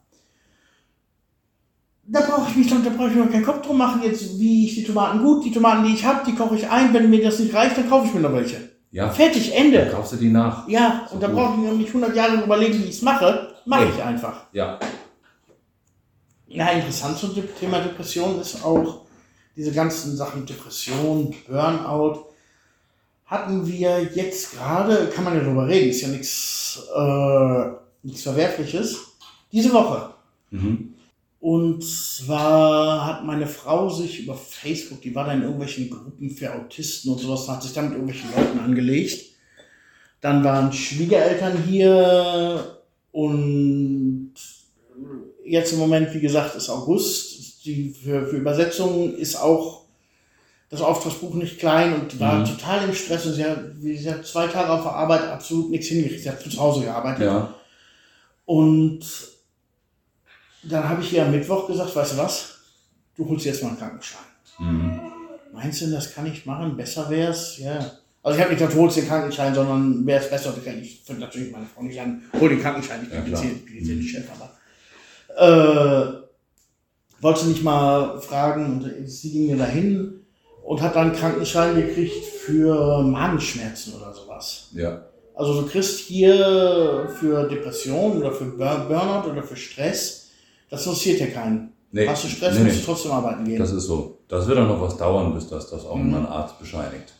Da brauche ich mich doch, da brauche ich mir doch keinen Kopf drum machen, jetzt wie ich die Tomaten gut, die Tomaten, die ich habe, die koche ich ein, wenn mir das nicht reicht, dann kaufe ich mir noch welche.
Ja,
Fertig,
dann
Ende.
kaufst du die nach.
Ja, und da
gut.
brauche ich mir nicht 100 Jahre überlegen, wie ich es mache, mache
Nee.
ich einfach.
Ja,
Ja, interessant zum De- Thema Depression ist auch diese ganzen Sachen Depression, Burnout. Hatten wir jetzt gerade, kann man ja drüber reden, ist ja nichts äh, nichts Verwerfliches, diese Woche.
mhm.
Und zwar hat meine Frau sich über Facebook, die war da in irgendwelchen Gruppen für Autisten und sowas, hat sich da mit irgendwelchen Leuten angelegt. Dann waren Schwiegereltern hier und jetzt im Moment, wie gesagt, ist August. Die für, für Übersetzungen ist auch das Auftragsbuch nicht klein und die war
Mhm.
total im Stress und sie hat, sie hat zwei Tage auf der Arbeit absolut nichts hingekriegt. Sie hat von zu Hause gearbeitet.
Ja,
Und dann habe ich ihr am Mittwoch gesagt, weißt du was, du holst jetzt mal einen Krankenschein.
mhm.
Meinst du, das kann ich machen? Besser wäre es? Ja. Also ich habe nicht gesagt, du holst den Krankenschein, sondern wäre es besser, wenn ich ich finde natürlich meine Frau nicht an, hol den Krankenschein, ich
Ja,
bin
klar. Mhm.
jetzt hier- ich bin jetzt hier nicht Chef, aber. Äh, wolltest du nicht mal fragen, und sie ging ja dahin und hat dann einen Krankenschein gekriegt für Magenschmerzen oder sowas.
ja,
Also du kriegst hier für Depression oder für Bur- Burnout oder für Stress, das interessiert ja keinen.
nee.
Hast du Stress,
nee,
musst du
nee.
trotzdem arbeiten gehen.
Das ist so. Das wird auch noch was dauern, bis das das auch
Mhm.
mal ein Arzt bescheinigt.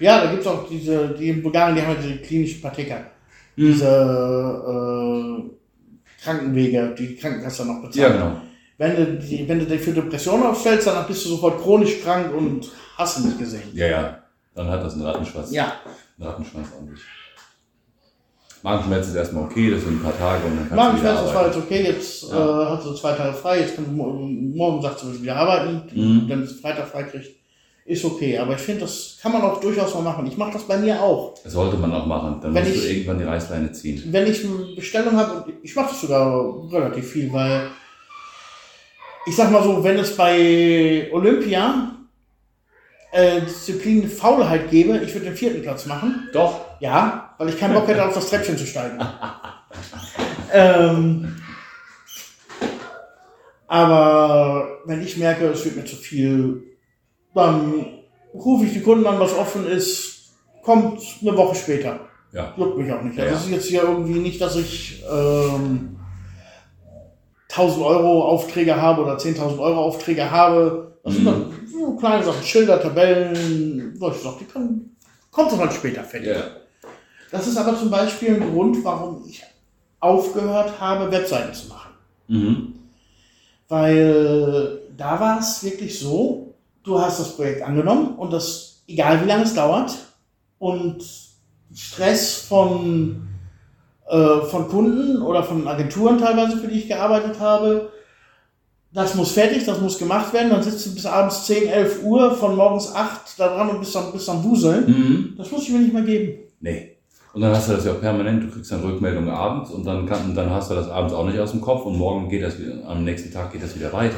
ja, da gibt es auch diese, die in Bulgarien, die haben ja diese klinischen Patheker.
Mhm.
Diese äh, Krankenwege, die die Krankenkasse noch bezahlt.
Ja, genau.
Wenn du, die, wenn du dich für Depressionen aufstellst, dann bist du sofort chronisch krank und hast du nicht gesehen.
Ja, ja. Dann hat das einen Rattenschwanz.
Ja,
Einen Rattenschwanz an sich. Magenschmerz ist erstmal okay, das sind ein paar Tage und dann kannst du wieder
Magenschmerzen das war
arbeiten.
jetzt okay, jetzt
Ja.
äh, hat sie zwei Tage frei, jetzt kann sie mo- morgen sagt sie will wieder arbeiten,
Mhm.
wenn sie Freitag frei kriegt, ist okay. Aber ich finde, das kann man auch durchaus mal machen. Ich mache das bei mir auch.
Das sollte man auch machen. Dann
Wenn
musst du
ich-
irgendwann die Reißleine ziehen.
Wenn ich eine Bestellung habe, und ich mache das sogar relativ viel, weil ich sag mal so, wenn es bei Olympia äh, Disziplin Faulheit gäbe, ich würde den vierten Platz machen.
Doch.
Ja, weil ich keinen Bock hätte, auf das Treppchen
*laughs*
zu steigen. ähm, aber wenn ich merke, es wird mir zu viel, dann rufe ich die Kunden an, was offen ist, kommt eine Woche später.
Ja.
Juckt mich auch nicht.
Ja,
Also
ja.
es ist jetzt hier irgendwie nicht, dass ich ähm, 1000 Euro Aufträge habe oder 10.000 Euro Aufträge habe. Das sind
Mhm.
dann so kleine Sachen, Schilder, Tabellen, solche Sachen, die können, kommt dann halt später fertig.
Ja.
Das ist aber zum Beispiel ein Grund, warum ich aufgehört habe, Webseiten zu machen.
Mhm.
Weil da war es wirklich so, du hast das Projekt angenommen und das, egal wie lange es dauert, und Stress von, äh, von Kunden oder von Agenturen teilweise, für die ich gearbeitet habe, das muss fertig, das muss gemacht werden, dann sitzt du bis abends 10, 11 Uhr, von morgens 8 da dran und bist am, bist am Wuseln.
Mhm.
Das muss ich mir nicht mehr geben.
Nee. Und dann hast du das ja permanent, du kriegst dann Rückmeldungen abends und dann, kann, und dann hast du das abends auch nicht aus dem Kopf und morgen geht das wieder, am nächsten Tag geht das wieder weiter.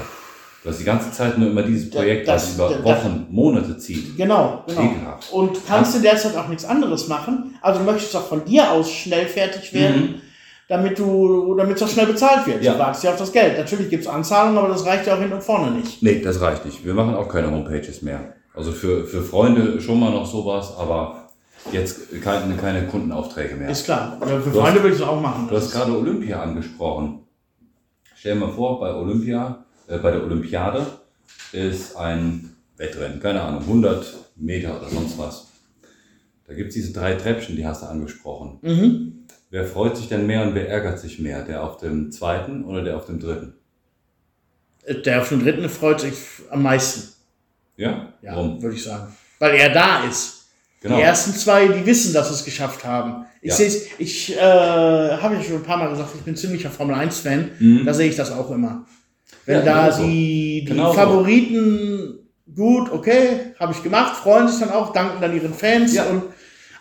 Du hast die ganze Zeit nur immer dieses
Da-
Projekt,
das-
das, über
da-
Wochen, Monate zieht.
Genau, genau.
Ekelhaft.
Und kannst in der Zeit auch nichts anderes machen. Also möchtest auch von dir aus schnell fertig werden,
Mhm.
damit du, damit es auch schnell bezahlt wird.
Ja.
Du wartest ja auf das Geld. Natürlich gibt es Anzahlungen, aber das reicht ja auch hin und vorne nicht.
Nee, das reicht nicht. Wir machen auch keine Homepages mehr. Also für, für Freunde schon mal noch sowas, aber jetzt keine, keine Kundenaufträge mehr.
Ist klar. Oder für
Du hast-
Freunde würde ich es auch machen.
Du hast gerade Olympia angesprochen. Stell dir mal vor, bei Olympia, äh, bei der Olympiade ist ein Wettrennen, keine Ahnung, 100 Meter oder sonst was. Da gibt es diese drei Treppchen, die hast du angesprochen.
Mhm.
Wer freut sich denn mehr und wer ärgert sich mehr? Der auf dem zweiten oder der auf dem dritten?
Der auf den dritten freut sich am meisten.
Ja?
Ja,
Warum?
würde ich sagen. Weil er da ist.
Genau.
Die ersten zwei, die wissen, dass sie es geschafft haben. Ich
Ja.
sehe es, ich äh, habe ja schon ein paar Mal gesagt, ich bin ziemlicher Formel 1-Fan.
Mhm.
Da sehe ich das auch immer. Wenn
Ja,
da
genau so.
die, die
Genau so.
Favoriten gut, okay, habe ich gemacht, freuen sich dann auch, danken dann ihren Fans.
Ja.
Und,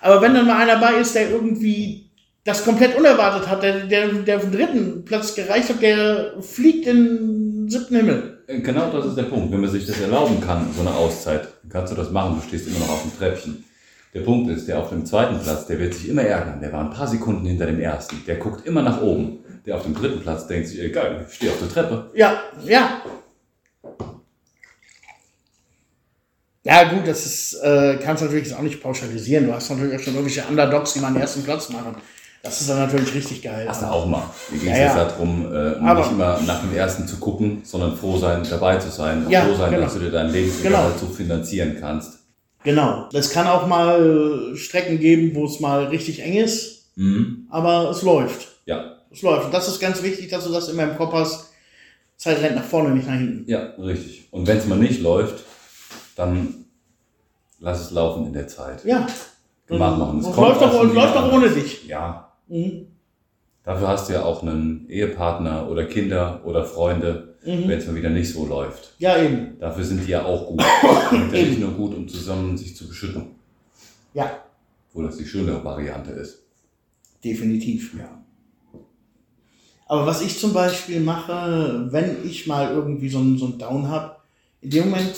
aber wenn dann mal einer bei ist, der irgendwie das komplett unerwartet hat, der, der, der auf den dritten Platz gereicht hat, der fliegt in den siebten Himmel.
Äh, Genau das ist der Punkt. Wenn man sich das erlauben kann, so eine Auszeit, kannst du das machen. Du stehst immer noch auf dem Treppchen. Der Punkt ist, der auf dem zweiten Platz, der wird sich immer ärgern. Der war ein paar Sekunden hinter dem ersten. Der guckt immer nach oben. Der auf dem dritten Platz denkt sich, egal, ich stehe auf der Treppe.
Ja, ja. Ja, gut, das ist, äh, kannst natürlich jetzt auch nicht pauschalisieren. Du hast natürlich auch schon irgendwelche Underdogs, die mal den ersten Platz machen. Das ist dann natürlich richtig geil.
Hast du auch mal. Mir ging es
Ja,
jetzt
ja.
darum, äh,
Aber-
nicht immer nach dem ersten zu gucken, sondern froh sein, dabei zu sein. Und
Ja,
froh sein,
genau.
dass du dir dein Lebensunterhalt
Genau.
so finanzieren kannst.
Genau. Es kann auch mal äh, Strecken geben, wo es mal richtig eng ist,
Mhm.
aber es läuft.
Ja,
Es läuft. Und das ist ganz wichtig, dass du das immer im Kopf hast. Zeit rennt nach vorne, nicht nach hinten.
ja, richtig. Und wenn es mal nicht läuft, dann lass es laufen in der Zeit.
Ja.
gemacht machen.
Und
Es
es
kommt
Mhm. läuft
auch
doch,
schon
und läuft
wieder
doch
an.
ohne dich.
Ja,
Mhm.
dafür hast du ja auch einen Ehepartner oder Kinder oder Freunde,
Mhm.
wenn es mal wieder nicht so läuft.
Ja, eben.
Dafür sind die ja auch
*coughs*
gut. Die sind ja nicht nur gut, um zusammen sich zu beschütten,
Ja,
obwohl das die schönere Variante ist.
definitiv.
Ja.
Aber was ich zum Beispiel mache, wenn ich mal irgendwie so einen, so einen Down habe, in dem Moment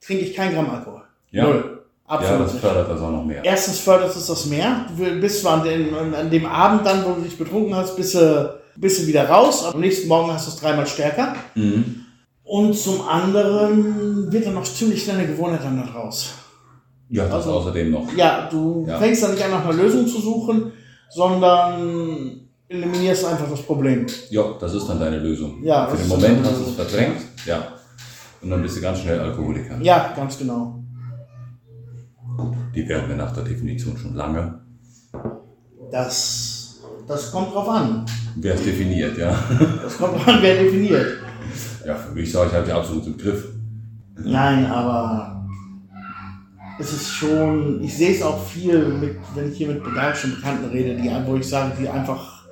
trinke ich kein Gramm Alkohol.
Ja,
Null.
ja
Absolut
das
nicht.
fördert das auch noch mehr.
Erstens fördert es das mehr. Du bist zwar an dem, an dem Abend dann, wo du dich betrunken hast, bist du, bist du wieder raus. Am nächsten Morgen hast du es dreimal stärker.
Mhm.
Und zum anderen wird dann noch ziemlich schnell eine Gewohnheit dann da draus.
Ja, das
Also-
außerdem noch.
Ja, du
Ja.
fängst dann nicht an, nach einer Lösung zu suchen, sondern eliminierst einfach das Problem.
Ja, das ist dann deine Lösung.
Ja,
Für den
das ist
Moment
dann
hast
deine
du es
Lösung.
verdrängt. Ja. Und dann bist du ganz schnell Alkoholiker.
Ja, ganz genau.
Die werden wir nach der Definition schon lange.
Das, das kommt drauf an.
Wer es definiert, ja. *laughs*
Das kommt drauf an, wer definiert.
Ja, für mich sage ich halt ja absolut im Griff.
Nein, aber es ist schon, ich sehe es auch viel, mit, wenn ich hier mit bulgarischen Bekannten rede, die, wo ich sage, die einfach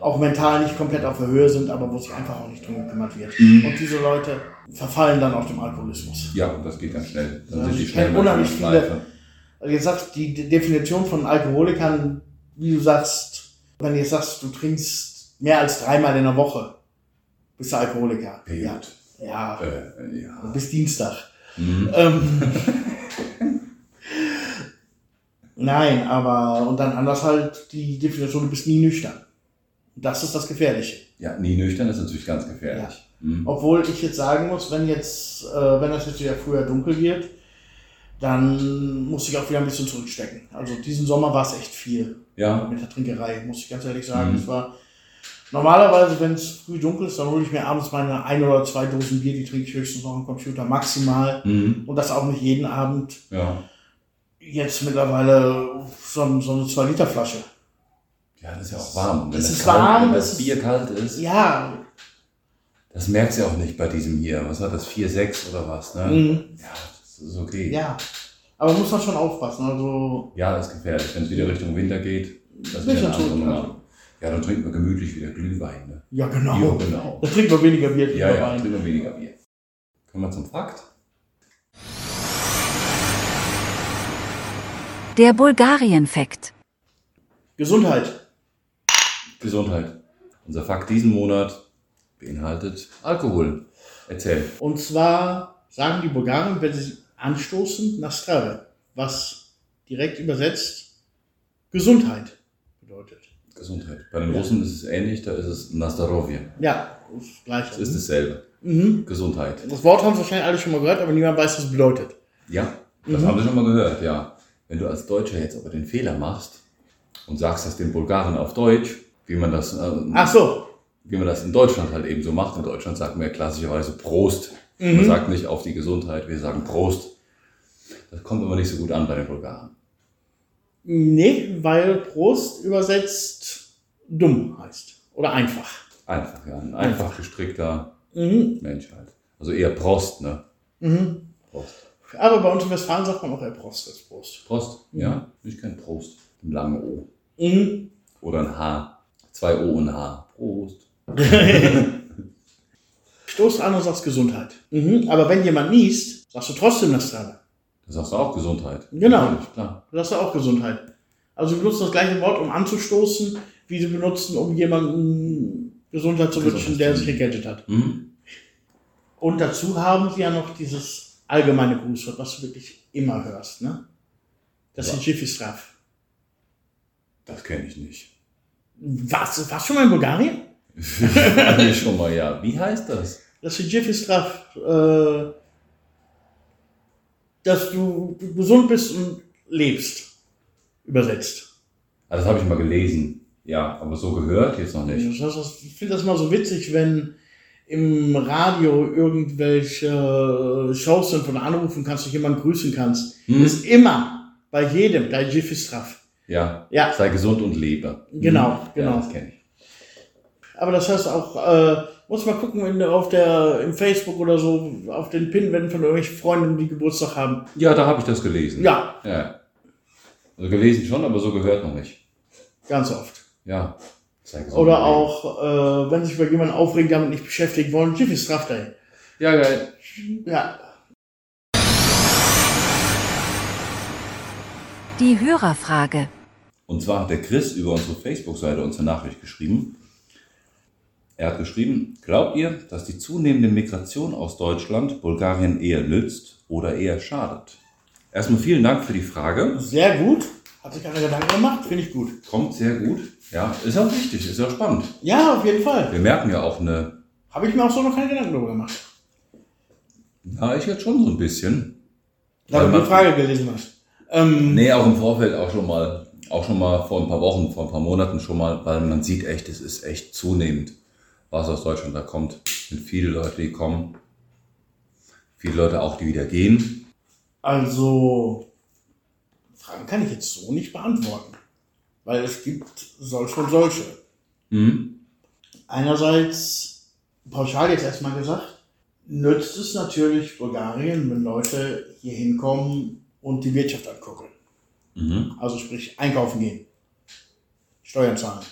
auch mental nicht komplett auf der Höhe sind, aber wo sich einfach auch nicht drum gekümmert wird. Und diese Leute verfallen dann auf dem Alkoholismus.
Ja, und das geht ganz schnell. Dann
Ja,
sind die
ich
schnell
kenn
mal in der
unheimlich viele-
Schleife.
Also jetzt sagst die De- Definition von Alkoholikern, wie du sagst, wenn du jetzt sagst, du trinkst mehr als dreimal in der Woche, bist du Alkoholiker. Ja.
Gut.
ja.
Äh, ja.
Bis Dienstag.
Mhm.
Ähm. *laughs* Nein, aber und dann anders halt die Definition, du bist nie nüchtern. Das ist das Gefährliche.
ja, nie nüchtern ist natürlich ganz gefährlich. Mhm.
Obwohl ich jetzt sagen muss, wenn jetzt, äh, wenn das jetzt wieder früher dunkel wird, dann muss ich auch wieder ein bisschen zurückstecken. Also diesen Sommer war es echt viel
Ja,
mit der Trinkerei, muss ich ganz ehrlich sagen.
Mhm.
Es war normalerweise, wenn es früh dunkel ist, dann hole ich mir abends meine ein oder zwei Dosen Bier, die trinke ich höchstens noch am Computer maximal.
mhm.
Und das auch nicht jeden Abend.
ja.
jetzt mittlerweile so, ein- so eine 2-Liter-Flasche.
Ja, das ist ja auch warm. Und
Das ist
kalt,
warm,
Wenn
das
das
ist-
Bier kalt ist.
Ja,
Das merkst du ja auch nicht bei diesem hier. Was war das? 4,6 oder was? Ne?
mhm.
Ja, das ist okay.
ja. Aber muss man schon aufpassen. Also,
Ja, ist gefährlich. Wenn es wieder Richtung Winter geht, das ist wieder
Sicher
eine andere
tot,
Nummer. Ja, dann trinken wir gemütlich wieder Glühwein. Ne?
ja, genau.
Ja, genau.
Da trinkt man weniger Bier.
Ja, ja,
Wein.
trinken wir weniger Bier. Kommen wir zum Fakt.
Der Bulgarien-Fakt.
Gesundheit.
Gesundheit. Unser Fakt diesen Monat beinhaltet Alkohol. Erzähl.
Und zwar sagen die Bulgaren, wenn sie anstoßen, nach Strave, was direkt übersetzt Gesundheit bedeutet.
Gesundheit. Bei den
Ja.
Russen ist es ähnlich, da ist es Nastarovje.
Ja, ist gleich.
Es ist dasselbe.
Mhm.
Gesundheit.
Das Wort haben sie wahrscheinlich alle schon mal gehört, aber niemand weiß, was es bedeutet.
Ja, Das
Mhm.
haben sie schon mal gehört, ja. Wenn du als Deutscher jetzt aber den Fehler machst und sagst das den Bulgaren auf Deutsch, wie man das, äh,
Ach so.
wie man das in Deutschland halt eben so macht. In Deutschland sagt man ja klassischerweise Prost.
Mhm.
Man sagt nicht auf die Gesundheit, wir sagen Prost. Das kommt aber nicht so gut an bei den Bulgaren.
Nee, weil Prost übersetzt dumm heißt. Oder einfach.
Einfach, ja. Ein
Einfach.
einfach gestrickter
Mhm.
Mensch halt. Also eher Prost, ne?
Mhm.
Prost.
Aber bei uns in Westfalen sagt man auch eher Prost als Prost.
Prost,
Mhm.
ja. Ich kenne Prost. Ein langes O.
Mhm.
Oder ein H. Zwei O und ein H. Prost.
Stoßt an und sagst Gesundheit. Mhm. Aber wenn jemand niest, sagst du trotzdem Nostrada.
Da sagst du auch Gesundheit.
Genau.
Natürlich, klar.
Das ist ja auch Gesundheit. Also sie benutzen das gleiche Wort, um anzustoßen, wie sie benutzen, um jemanden Gesundheit zu wünschen, der sich gegeltet hat.
Hm?
Und dazu haben sie ja noch dieses allgemeine Grußwort, was du wirklich immer hörst, ne? Das
Ja.
sind Jiffistraf.
Das kenne ich nicht. *laughs*
Was? Warst du mal in Bulgarien?
Hatte ich schon mal, ja. Wie heißt das?
Das sind Jiffistraf, äh, dass du gesund bist und lebst. Übersetzt.
Ah, das habe ich mal gelesen. Ja, aber so gehört jetzt noch nicht.
Ich, ich finde das mal so witzig, wenn im Radio irgendwelche äh, Shows sind, von anrufen kannst, du jemanden grüßen kannst.
Hm?
Ist immer bei jedem dein Jiffistraf.
Ja,
Ja,
sei gesund und lebe.
Genau,
Hm?
genau.
Ja, das kenne ich.
aber das heißt auch, äh, muss mal gucken, wenn auf der, im Facebook oder so, auf den Pin, wenn von irgendwelchen Freunden, die Geburtstag haben.
Ja, da habe ich das gelesen.
Ja,
ja. Also gelesen schon, aber so gehört noch nicht.
ganz oft.
Ja. Sei gesund und
Oder
lebe.
auch, äh, wenn sich bei jemandem aufregt, damit nicht beschäftigt wollen, Jiffistraf dahin.
Ja, geil.
Ja,
Die Hörerfrage.
Und zwar hat der Chris über unsere Facebook-Seite uns eine Nachricht geschrieben. Er hat geschrieben, glaubt ihr, dass die zunehmende Migration aus Deutschland Bulgarien eher nützt oder eher schadet? Erstmal vielen Dank für die Frage.
sehr gut. Hat sich keiner Gedanken gemacht, finde ich gut.
Kommt sehr gut. Ja, ist auch wichtig, ist auch spannend.
Ja, auf jeden Fall.
Wir merken ja auch eine,
Habe ich mir auch so noch keine Gedanken darüber gemacht.
na, ich jetzt schon so ein bisschen.
Da
Weil
du die
man-
Frage gelesen hast. Ähm,
Nee, auch im Vorfeld auch schon mal, auch schon mal vor ein paar Wochen, vor ein paar Monaten schon mal, weil man sieht echt, es ist echt zunehmend, was aus Deutschland da kommt. Es sind viele Leute, die kommen. Viele Leute auch, die wieder gehen.
Also, Fragen kann ich jetzt so nicht beantworten. Weil es gibt solche und solche.
Hm?
Einerseits, pauschal jetzt erstmal gesagt, nützt es natürlich Bulgarien, wenn Leute hier hinkommen und die Wirtschaft angucken.
Mhm.
Also sprich, einkaufen gehen, Steuern zahlen,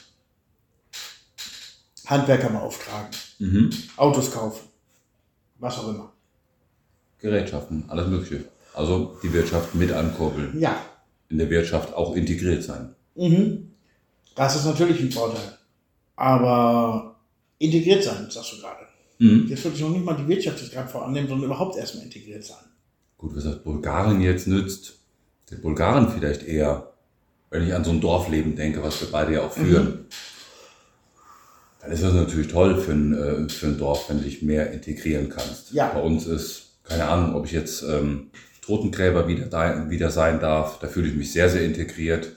Handwerker mal auftragen,
Mhm.
Autos kaufen, was auch immer.
Gerätschaften, alles Mögliche. Also die Wirtschaft mit ankurbeln.
Ja,
In der Wirtschaft auch integriert sein.
Mhm. Das ist natürlich ein Vorteil. Aber integriert sein, sagst du gerade.
Mhm.
Jetzt würde ich noch nicht mal die Wirtschaft jetzt gerade vorannehmen, sondern überhaupt erstmal integriert sein.
Gut, was das Bulgarien jetzt nützt, den Bulgaren vielleicht eher, wenn ich an so ein Dorfleben denke, was wir beide ja auch
Mhm.
führen, dann ist das natürlich toll für ein, äh, für ein Dorf, wenn du dich mehr integrieren kannst.
Ja.
Bei uns ist, keine Ahnung, ob ich jetzt ähm, Totengräber wieder, da, wieder sein darf, da fühle ich mich sehr, sehr integriert.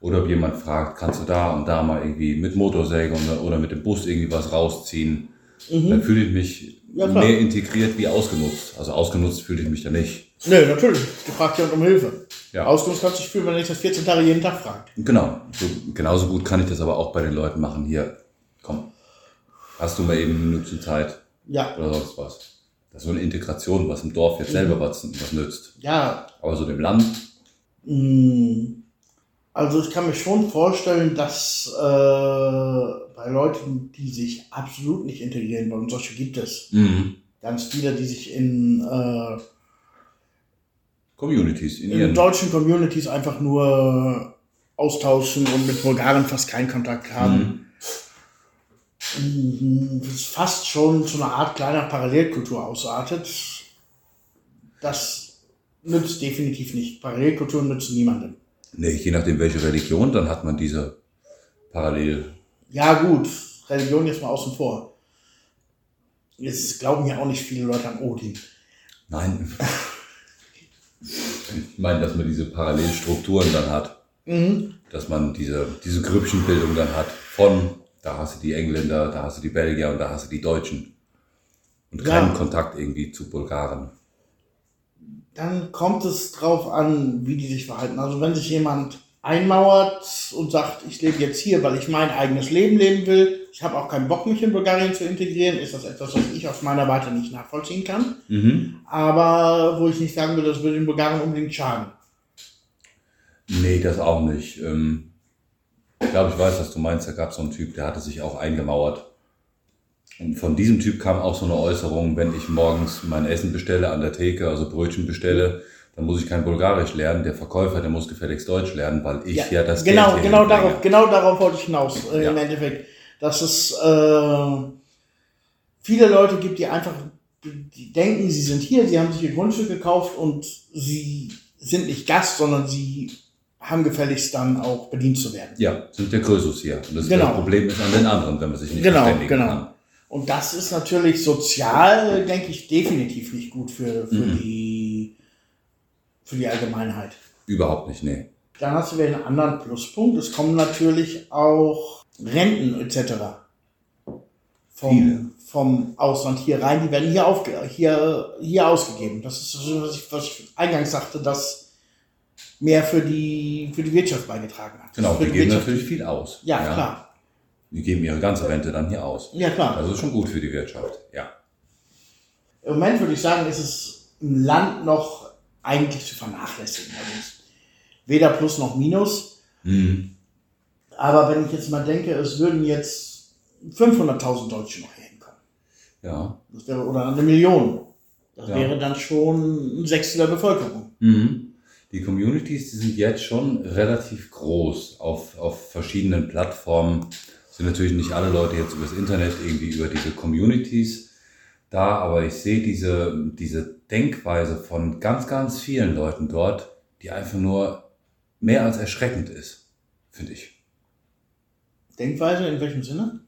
Oder ob jemand fragt, kannst du da und da mal irgendwie mit Motorsäge oder, oder mit dem Bus irgendwie was rausziehen, dann fühle ich mich
Mhm. Ja, klar.
mehr integriert wie ausgenutzt. Also ausgenutzt fühle ich mich da nicht.
Nö, natürlich. Du fragst jemand um Hilfe.
Ja.
Auskunft kannst du spüren, wenn ich das 14 Tage jeden Tag fragt.
Genau. So, genauso gut kann ich das aber auch bei den Leuten machen. Hier, komm, hast du mal eben eine Minute Zeit
Ja.
oder sonst was. Das ist so eine Integration, was im Dorf jetzt selber was, was nützt.
Ja.
Aber so dem Land,
mh. Also ich kann mir schon vorstellen, dass äh, bei Leuten, die sich absolut nicht integrieren wollen, und solche gibt es,
mhm.
ganz viele, die sich in äh,
Communities in
in
ihren.
deutschen Communities einfach nur austauschen und mit Bulgaren fast keinen Kontakt haben.
Mhm.
Mhm. Das ist fast schon zu einer Art kleiner Parallelkultur ausartet. Das nützt definitiv nicht. Parallelkulturen nützen niemandem.
Nee, je nachdem welche Religion, dann hat man diese parallel.
Ja, gut, Religion jetzt mal außen vor. Jetzt glauben ja auch nicht viele Leute an Odin.
Nein. Ich meine, dass man diese Parallelstrukturen dann hat.
Mhm.
Dass man diese, diese Grüppchenbildung dann hat von, da hast du die Engländer, da hast du die Belgier und da hast du die Deutschen. Und
Ja.
keinen Kontakt irgendwie zu Bulgaren.
Dann kommt es drauf an, wie die sich verhalten. Also wenn sich jemand einmauert und sagt, ich lebe jetzt hier, weil ich mein eigenes Leben leben will, ich habe auch keinen Bock, mich in Bulgarien zu integrieren, ist das etwas, was ich auf meiner Seite nicht nachvollziehen kann.
Mhm.
Aber wo ich nicht sagen würde, das würde den Bulgaren unbedingt schaden.
Nee, das auch nicht. Ähm, ich glaube, ich weiß, was du meinst. Da gab es so einen Typ, der hatte sich auch eingemauert. Und von diesem Typ kam auch so eine Äußerung, wenn ich morgens mein Essen bestelle an der Theke, also Brötchen bestelle, dann muss ich kein Bulgarisch lernen. Der Verkäufer, der muss gefälligst Deutsch lernen, weil ich ja, das
genau,
Geld hier
genau
hinbringe.
darauf, genau darauf wollte ich hinaus äh,
Ja.
im Endeffekt, dass es äh, viele Leute gibt, die einfach die denken, sie sind hier, sie haben sich ihr Grundstück gekauft und sie sind nicht Gast, sondern sie haben gefälligst dann auch bedient zu werden.
Ja, sind der Krösus hier. Und das
Genau.
das Problem ist an den anderen, wenn man sich nicht
Genau,
verständigen
genau.
kann.
Und das ist natürlich sozial, äh, denke ich, definitiv nicht gut für, für
Mhm.
die für die Allgemeinheit.
Überhaupt nicht, nee.
Dann hast du wieder einen anderen Pluspunkt. Es kommen natürlich auch Renten etc.
Viele.
Vom, vom Ausland hier rein. Die werden hier, aufge hier, hier ausgegeben. Das ist so, was ich, was ich eingangs sagte, dass mehr für die, für die Wirtschaft beigetragen hat.
Genau,
für
die geben
Wirtschaft.
natürlich viel aus.
Ja, klar.
Die geben ihre ganze Rente dann hier aus.
Ja, klar.
Also ist schon gut für die Wirtschaft, ja.
Im Moment würde ich sagen, ist es im Land noch eigentlich zu vernachlässigen. Also es ist weder Plus noch Minus.
Mhm.
Aber wenn ich jetzt mal denke, es würden jetzt 500.000 Deutsche noch hier hinkommen.
Ja.
Das wäre, oder eine Million. Das
Ja.
wäre dann schon ein Sechstel der Bevölkerung.
Mhm. Die Communities, die sind jetzt schon relativ groß auf, auf verschiedenen Plattformen. Sind natürlich nicht alle Leute jetzt übers Internet irgendwie über diese Communities da, aber ich sehe diese, diese Denkweise von ganz, ganz vielen Leuten dort, die einfach nur mehr als erschreckend ist, finde ich.
Denkweise in welchem Sinne?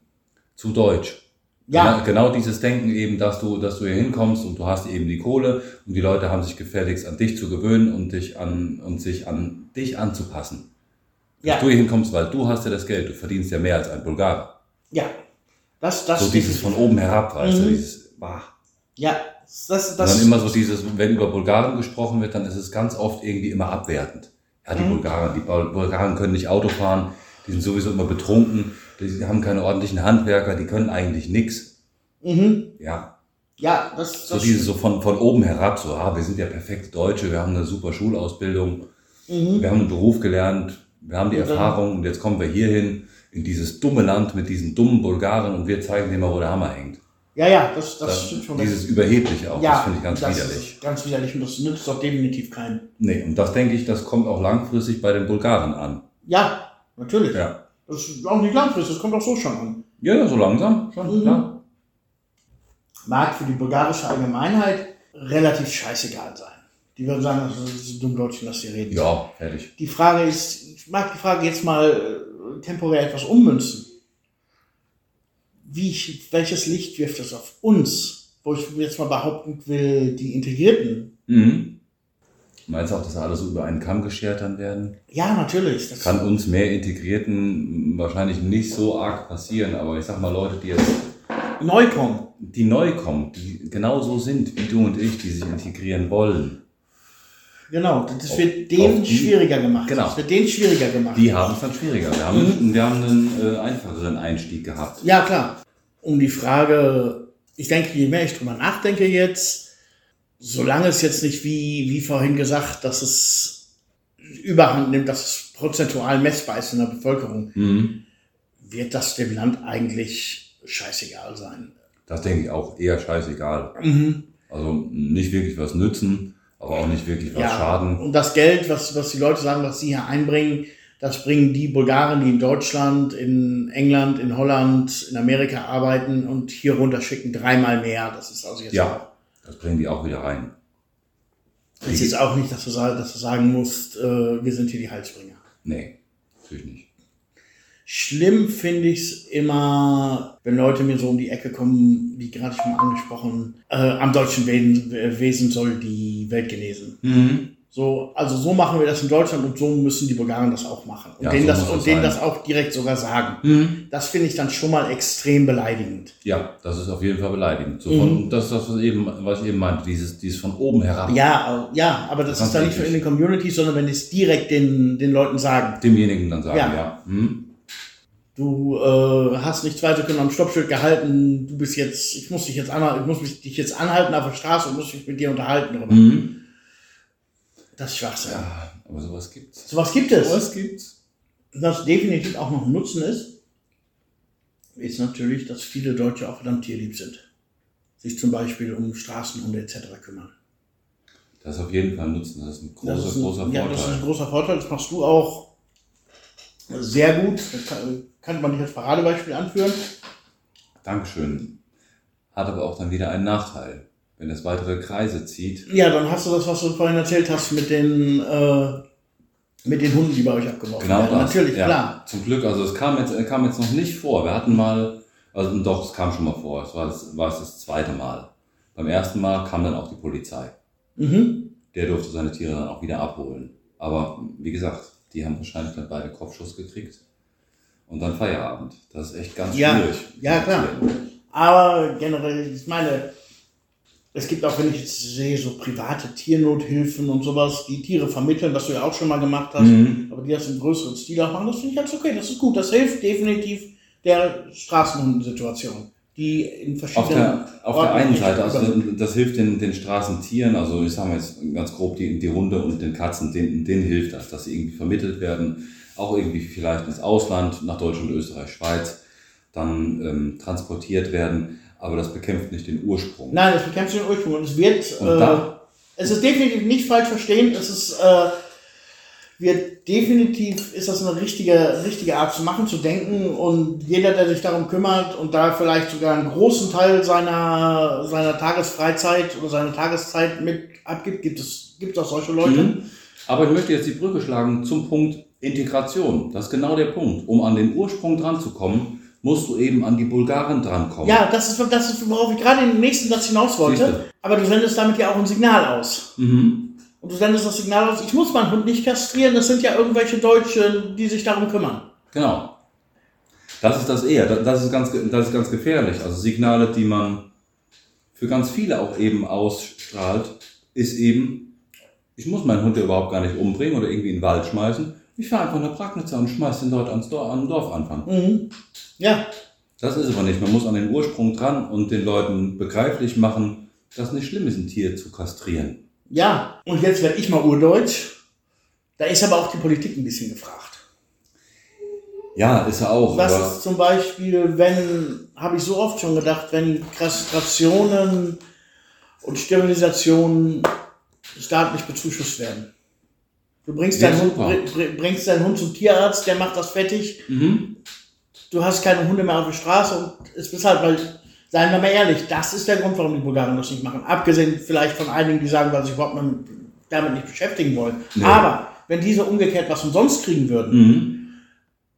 Zu deutsch.
Ja,
Genau, genau dieses Denken eben, dass du, dass du hier hinkommst und du hast eben die Kohle und die Leute haben sich gefälligst an dich zu gewöhnen und dich an, und sich an dich anzupassen. Dass du
ja,
hier hinkommst, weil du hast ja das Geld, du verdienst ja mehr als ein Bulgar.
ja. Das, das,
So dieses von oben herab, weißt du,
Mhm.
dieses, bah.
Ja, das,
Und dann
das,
immer so dieses, wenn über Bulgaren gesprochen wird, dann ist es ganz oft irgendwie immer abwertend. Ja, die
Mhm.
Bulgaren, die Bul- Bulgaren können nicht Auto fahren, die sind sowieso immer betrunken, die haben keine ordentlichen Handwerker, die können eigentlich nix.
mhm.
Ja,
ja, das,
So
das,
diese so von, von oben herab, so, ah, wir sind ja perfekte Deutsche, wir haben eine super Schulausbildung,
mhm.
wir haben einen Beruf gelernt, wir haben die
Und dann-
Erfahrung und jetzt kommen wir hierhin in dieses dumme Land mit diesen dummen Bulgaren und wir zeigen denen mal, wo der Hammer hängt.
ja, ja, das, das
Das
stimmt schon.
dieses Überhebliche auch,
ja,
das finde ich ganz
das
widerlich.
Ist ganz widerlich und das nützt doch definitiv keinen.
Nee, und das denke ich, das kommt auch langfristig bei den Bulgaren an.
Ja, natürlich.
Ja.
Das ist auch nicht langfristig, das kommt auch so schon an.
Ja, ja, so langsam, schon,
Mhm.
klar.
mag für die bulgarische Allgemeinheit relativ scheißegal sein. Die würden sagen, also, das ist dumm Deutschen, dass sie reden.
Ja, fertig.
Die Frage ist, ich mag die Frage jetzt mal äh, temporär etwas ummünzen. Wie, welches Licht wirft das auf uns? Wo ich jetzt mal behaupten will, die Integrierten.
Mhm. Meinst du auch, dass alle so über einen Kamm geschert dann werden?
Ja, natürlich. Das
kann uns mehr Integrierten wahrscheinlich nicht so arg passieren, aber ich sag mal, Leute, die jetzt,
neu kommen.
die neu kommen, die genauso sind wie du und ich, die sich integrieren wollen,
Genau, das
Auf-
wird denen
auf die-
schwieriger gemacht.
Genau.
Das wird denen schwieriger gemacht.
die haben es dann schwieriger. Wir
Mhm.
haben, wir haben einen äh, einfacheren Einstieg gehabt.
Ja, klar. Um die Frage, ich denke, je mehr ich drüber nachdenke jetzt, solange es jetzt nicht wie, wie vorhin gesagt, dass es überhand nimmt, dass es prozentual messbar ist in der Bevölkerung,
Mhm.
wird das dem Land eigentlich scheißegal sein.
Das denke ich auch eher scheißegal.
Mhm.
Also nicht wirklich was nützen, aber auch nicht wirklich was
Ja.
schaden.
Und das Geld, was, was die Leute sagen, was sie hier einbringen, das bringen die Bulgaren, die in Deutschland, in England, in Holland, in Amerika arbeiten und hier runter schicken dreimal mehr. Das ist also jetzt auch
Ja, das bringen die auch wieder rein.
Es ist jetzt auch nicht, dass du, sa- dass du sagen musst, äh, wir sind hier die Halsbringer.
Nee, natürlich nicht.
Schlimm finde ich es immer, wenn Leute mir so um die Ecke kommen, wie gerade äh, schon mal angesprochen, äh, am deutschen Wesen, Wesen soll die Welt genesen. So, also so machen wir das in Deutschland und so müssen die Bulgaren das auch machen. Und
Ja,
denen,
so
das,
muss
und
das
denen
sein. Mhm.
das auch direkt sogar sagen. Das finde ich dann schon mal extrem beleidigend.
Ja, das ist auf jeden Fall beleidigend. So von,
Mhm.
Das ist das, was, eben, was ich eben meinte, dieses, dieses von oben herab.
Ja, äh, ja, aber das
Das
ist dann nicht nur in den Communities, sondern wenn die es direkt den, den Leuten sagen.
Demjenigen dann sagen,
Ja.
ja. Hm?
Du äh, hast nichts weiter können am Stoppschild gehalten, du bist jetzt, ich muss dich jetzt anhalten, ich muss mich, dich jetzt anhalten auf der Straße und muss mich mit dir unterhalten darüber.
Mhm.
Das ist Schwachsinn.
Ja, aber sowas gibt's.
Sowas gibt es.
Sowas gibt's.
Was definitiv auch noch ein Nutzen ist, ist natürlich, dass viele Deutsche auch verdammt tierlieb sind. Sich zum Beispiel um Straßenhunde etc. kümmern.
Das ist auf jeden Fall ein Nutzen. Das ist ein großer,
das ist ein,
großer Vorteil.
Ja, das ist ein großer Vorteil. Das machst du auch sehr gut. Das kann, kann man nicht als Paradebeispiel anführen.
Dankeschön. Hat aber auch dann wieder einen Nachteil. Wenn das weitere Kreise zieht,
Ja, dann hast du das, was du vorhin erzählt hast mit den, äh, mit den Hunden, die bei euch abgeworfen
Genau
werden.
das.
Natürlich,
ja.
klar.
Zum Glück, also es kam jetzt, äh, kam jetzt noch nicht vor. Wir hatten mal, also doch, es kam schon mal vor. Es war, das- war es das zweite Mal. Beim ersten Mal kam dann auch die Polizei.
Mhm.
Der durfte seine Tiere dann auch wieder abholen. Aber wie gesagt, die haben wahrscheinlich dann beide Kopfschuss gekriegt. Und dann Feierabend. Das ist echt ganz
Ja.
schwierig.
Ja, klar. Aber generell, ich meine, es gibt auch, wenn ich jetzt sehe, so private Tiernothilfen und sowas, die Tiere vermitteln, was du ja auch schon mal gemacht hast,
Mhm.
aber die das im größeren Stil auch machen, das finde ich ganz okay, das ist gut, das hilft definitiv der Straßenhundensituation, die in
Auf
verschiedenen
der, auf der
Orten
einen
nicht
Seite, also
überall-
das hilft den, den Straßentieren, also ich sage mal jetzt ganz grob die, die Hunde und den Katzen, denen, denen hilft das, dass sie irgendwie vermittelt werden, auch irgendwie vielleicht ins Ausland, nach Deutschland, Österreich, Schweiz, dann ähm, transportiert werden, aber das bekämpft nicht den Ursprung.
Nein, das bekämpft den Ursprung und es wird,
Und
äh,
da-
es ist definitiv nicht falsch verstehen, es ist, äh, wird definitiv, ist das eine richtige, richtige Art zu machen, zu denken und jeder, der sich darum kümmert und da vielleicht sogar einen großen Teil seiner, seiner Tagesfreizeit oder seiner Tageszeit mit abgibt, gibt es, gibt es auch solche Leute.
Mhm. Aber ich möchte jetzt die Brücke schlagen zum Punkt Integration. Das ist genau der Punkt. Um an den Ursprung dran zu kommen, musst du eben an die Bulgaren drankommen.
Ja, das ist, das ist, worauf ich gerade in den nächsten Satz hinaus wollte.
Siehste.
Aber du sendest damit ja auch ein Signal aus.
Mhm.
Und du sendest das Signal aus, ich muss meinen Hund nicht kastrieren, das sind ja irgendwelche Deutsche, die sich darum kümmern.
Genau. Das ist das eher. Da- Das ist ganz, ge- das ist ganz gefährlich. Also Signale, die man für ganz viele auch eben ausstrahlt, ist eben, ich muss meinen Hund ja überhaupt gar nicht umbringen oder irgendwie in den Wald schmeißen. Ich fahre einfach eine Pragnitze und schmeiß den dort ans Dorf, an den Dorfanfang.
Mhm. Ja,
Das ist aber nicht. Man muss an den Ursprung dran und den Leuten begreiflich machen, dass es nicht schlimm ist, ein Tier zu kastrieren.
ja. Und jetzt werde ich mal urdeutsch. Da ist aber auch die Politik ein bisschen gefragt.
Ja, ist er auch.
Was
aber-
ist zum Beispiel, wenn, habe ich so oft schon gedacht, wenn Kastrationen und Sterilisationen staatlich bezuschusst werden. Du bringst,
Ja,
deinen Hund,
super.
br- br- bringst deinen Hund zum Tierarzt, der macht das fertig,
mhm.
du hast keine Hunde mehr auf der Straße und es ist halt, weil, seien wir mal ehrlich, das ist der Grund, warum die Bulgaren das nicht machen. Abgesehen vielleicht von einigen, die sagen, weil sie sich überhaupt mit- damit nicht beschäftigen wollen.
Nee.
Aber wenn diese umgekehrt was umsonst kriegen würden,
Mhm.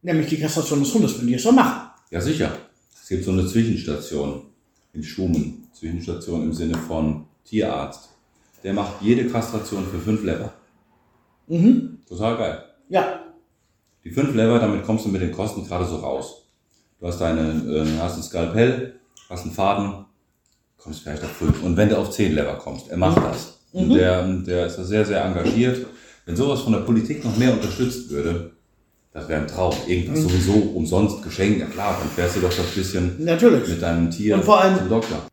nämlich die Kastration des Hundes, würden die es doch machen.
Ja, sicher. Es gibt so eine Zwischenstation in Schumen. Zwischenstation im Sinne von Tierarzt. Der macht jede Kastration für fünf Lever.
Mhm.
Total geil.
Ja,
Die fünf Lever, damit kommst du mit den Kosten gerade so raus. Du hast deine, äh, hast ein Skalpell, hast einen Faden, kommst vielleicht auf fünf. Und wenn du auf zehn Lever kommst, er macht
Mhm.
das. Und der, der ist da sehr, sehr engagiert. Wenn sowas von der Politik noch mehr unterstützt würde, das wäre ein Traum. Irgendwas
Mhm.
sowieso umsonst geschenkt. Ja klar, dann fährst du doch das bisschen
natürlich.
mit deinem Tier
Und vor allem-
zum Doktor.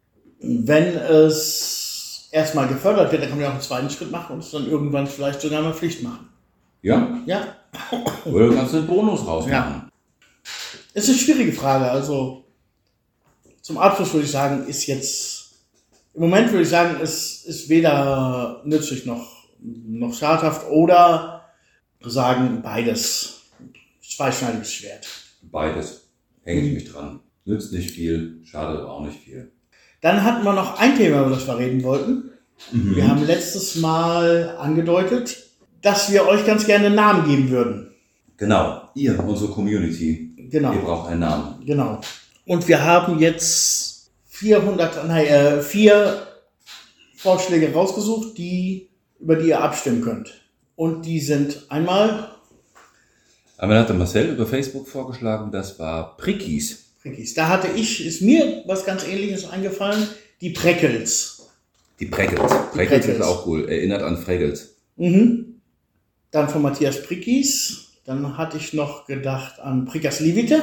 Wenn es erstmal gefördert wird, dann kann man ja auch einen zweiten Schritt machen und es dann irgendwann vielleicht sogar mal Pflicht machen.
Ja,
Ja,
oder kannst du einen Bonus rausmachen.
Ist eine schwierige Frage. Also zum Abschluss würde ich sagen, ist jetzt im Moment würde ich sagen, es ist weder nützlich noch, noch schadhaft oder sagen beides. Zweischneidiges Schwert.
Beides. Hänge
Mhm.
ich mich dran. Nützt nicht viel, schadet aber auch nicht viel.
Dann hatten wir noch ein Thema, über das wir reden wollten. Wir haben letztes Mal angedeutet, dass wir euch ganz gerne einen Namen geben würden.
Genau, ihr, unsere Community.
Genau.
Ihr braucht einen Namen.
Genau. Und wir haben jetzt 400, nein, äh, vier Vorschläge rausgesucht, die über die ihr abstimmen könnt. Und die sind einmal
Einmal hatte Marcel über Facebook vorgeschlagen, das war Prickis.
Prickis. Da hatte ich, ist mir was ganz ähnliches eingefallen, die Preckels.
Die Preckels. Preckels ist
Preckels.
auch cool. Erinnert an Fregels.
Mhm. Dann von Matthias Prickis. Dann hatte ich noch gedacht an Prickas Levite.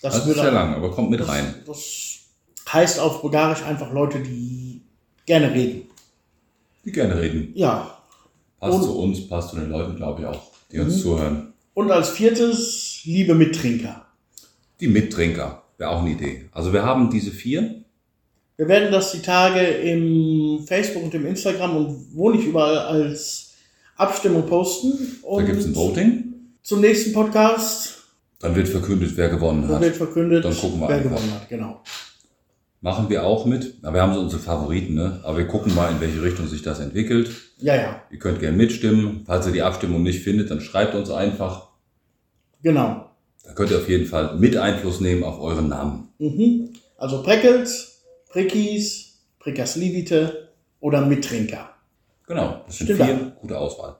Das, ist ja lang, aber kommt mit rein.
Das heißt auf Bulgarisch einfach Leute, die gerne reden.
Die gerne reden.
Ja.
Passt
Und-
zu uns, passt zu den Leuten, glaube ich auch, die uns
Mhm.
zuhören.
Und als viertes, liebe Mittrinker.
Die Mittrinker. Wäre auch eine Idee. Also wir haben diese vier.
Wir werden das die Tage im Facebook und im Instagram und wo nicht überall als Abstimmung posten.
Da
Und
gibt es ein Voting.
zum nächsten Podcast
Dann wird verkündet, wer gewonnen
Da wird
hat.
verkündet,
Dann gucken wir
wer
einfach.
gewonnen hat. Genau.
Machen wir auch mit. Na, wir haben so unsere Favoriten, ne? Aber wir gucken mal, in welche Richtung sich das entwickelt.
Ja, ja,
Ihr könnt gerne mitstimmen. Falls ihr die Abstimmung nicht findet, dann schreibt uns einfach.
genau.
Da könnt ihr auf jeden Fall mit Einfluss nehmen auf euren Namen.
Mhm. Also Preckels, Prickis, Prickas Livite oder Mittrinker.
Genau. Das sind
Stimmt.
vier. Gute Auswahl.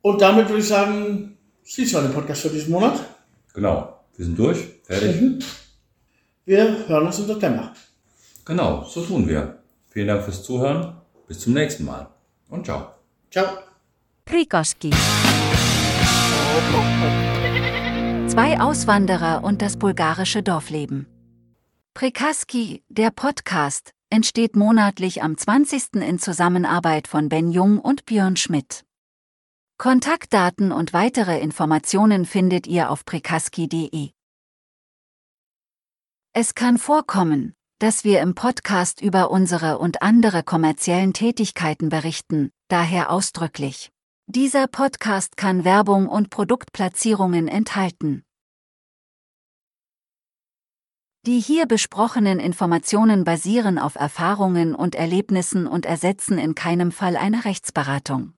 Und damit würde ich sagen, schließen wir den Podcast für diesen Monat.
Genau. Wir sind durch. Fertig.
Mhm. Wir hören uns im September.
Genau. So tun wir. Vielen Dank fürs Zuhören. Bis zum nächsten Mal. Und ciao.
Ciao.
Prikoski. Zwei Auswanderer und das bulgarische Dorfleben. Prikaski, der Podcast, entsteht monatlich am 20. in Zusammenarbeit von Ben Jung und Björn Schmidt. Kontaktdaten und weitere Informationen findet ihr auf prikaski.de. Es kann vorkommen, dass wir im Podcast über unsere und andere kommerziellen Tätigkeiten berichten, daher ausdrücklich. Dieser Podcast kann Werbung und Produktplatzierungen enthalten. Die hier besprochenen Informationen basieren auf Erfahrungen und Erlebnissen und ersetzen in keinem Fall eine Rechtsberatung.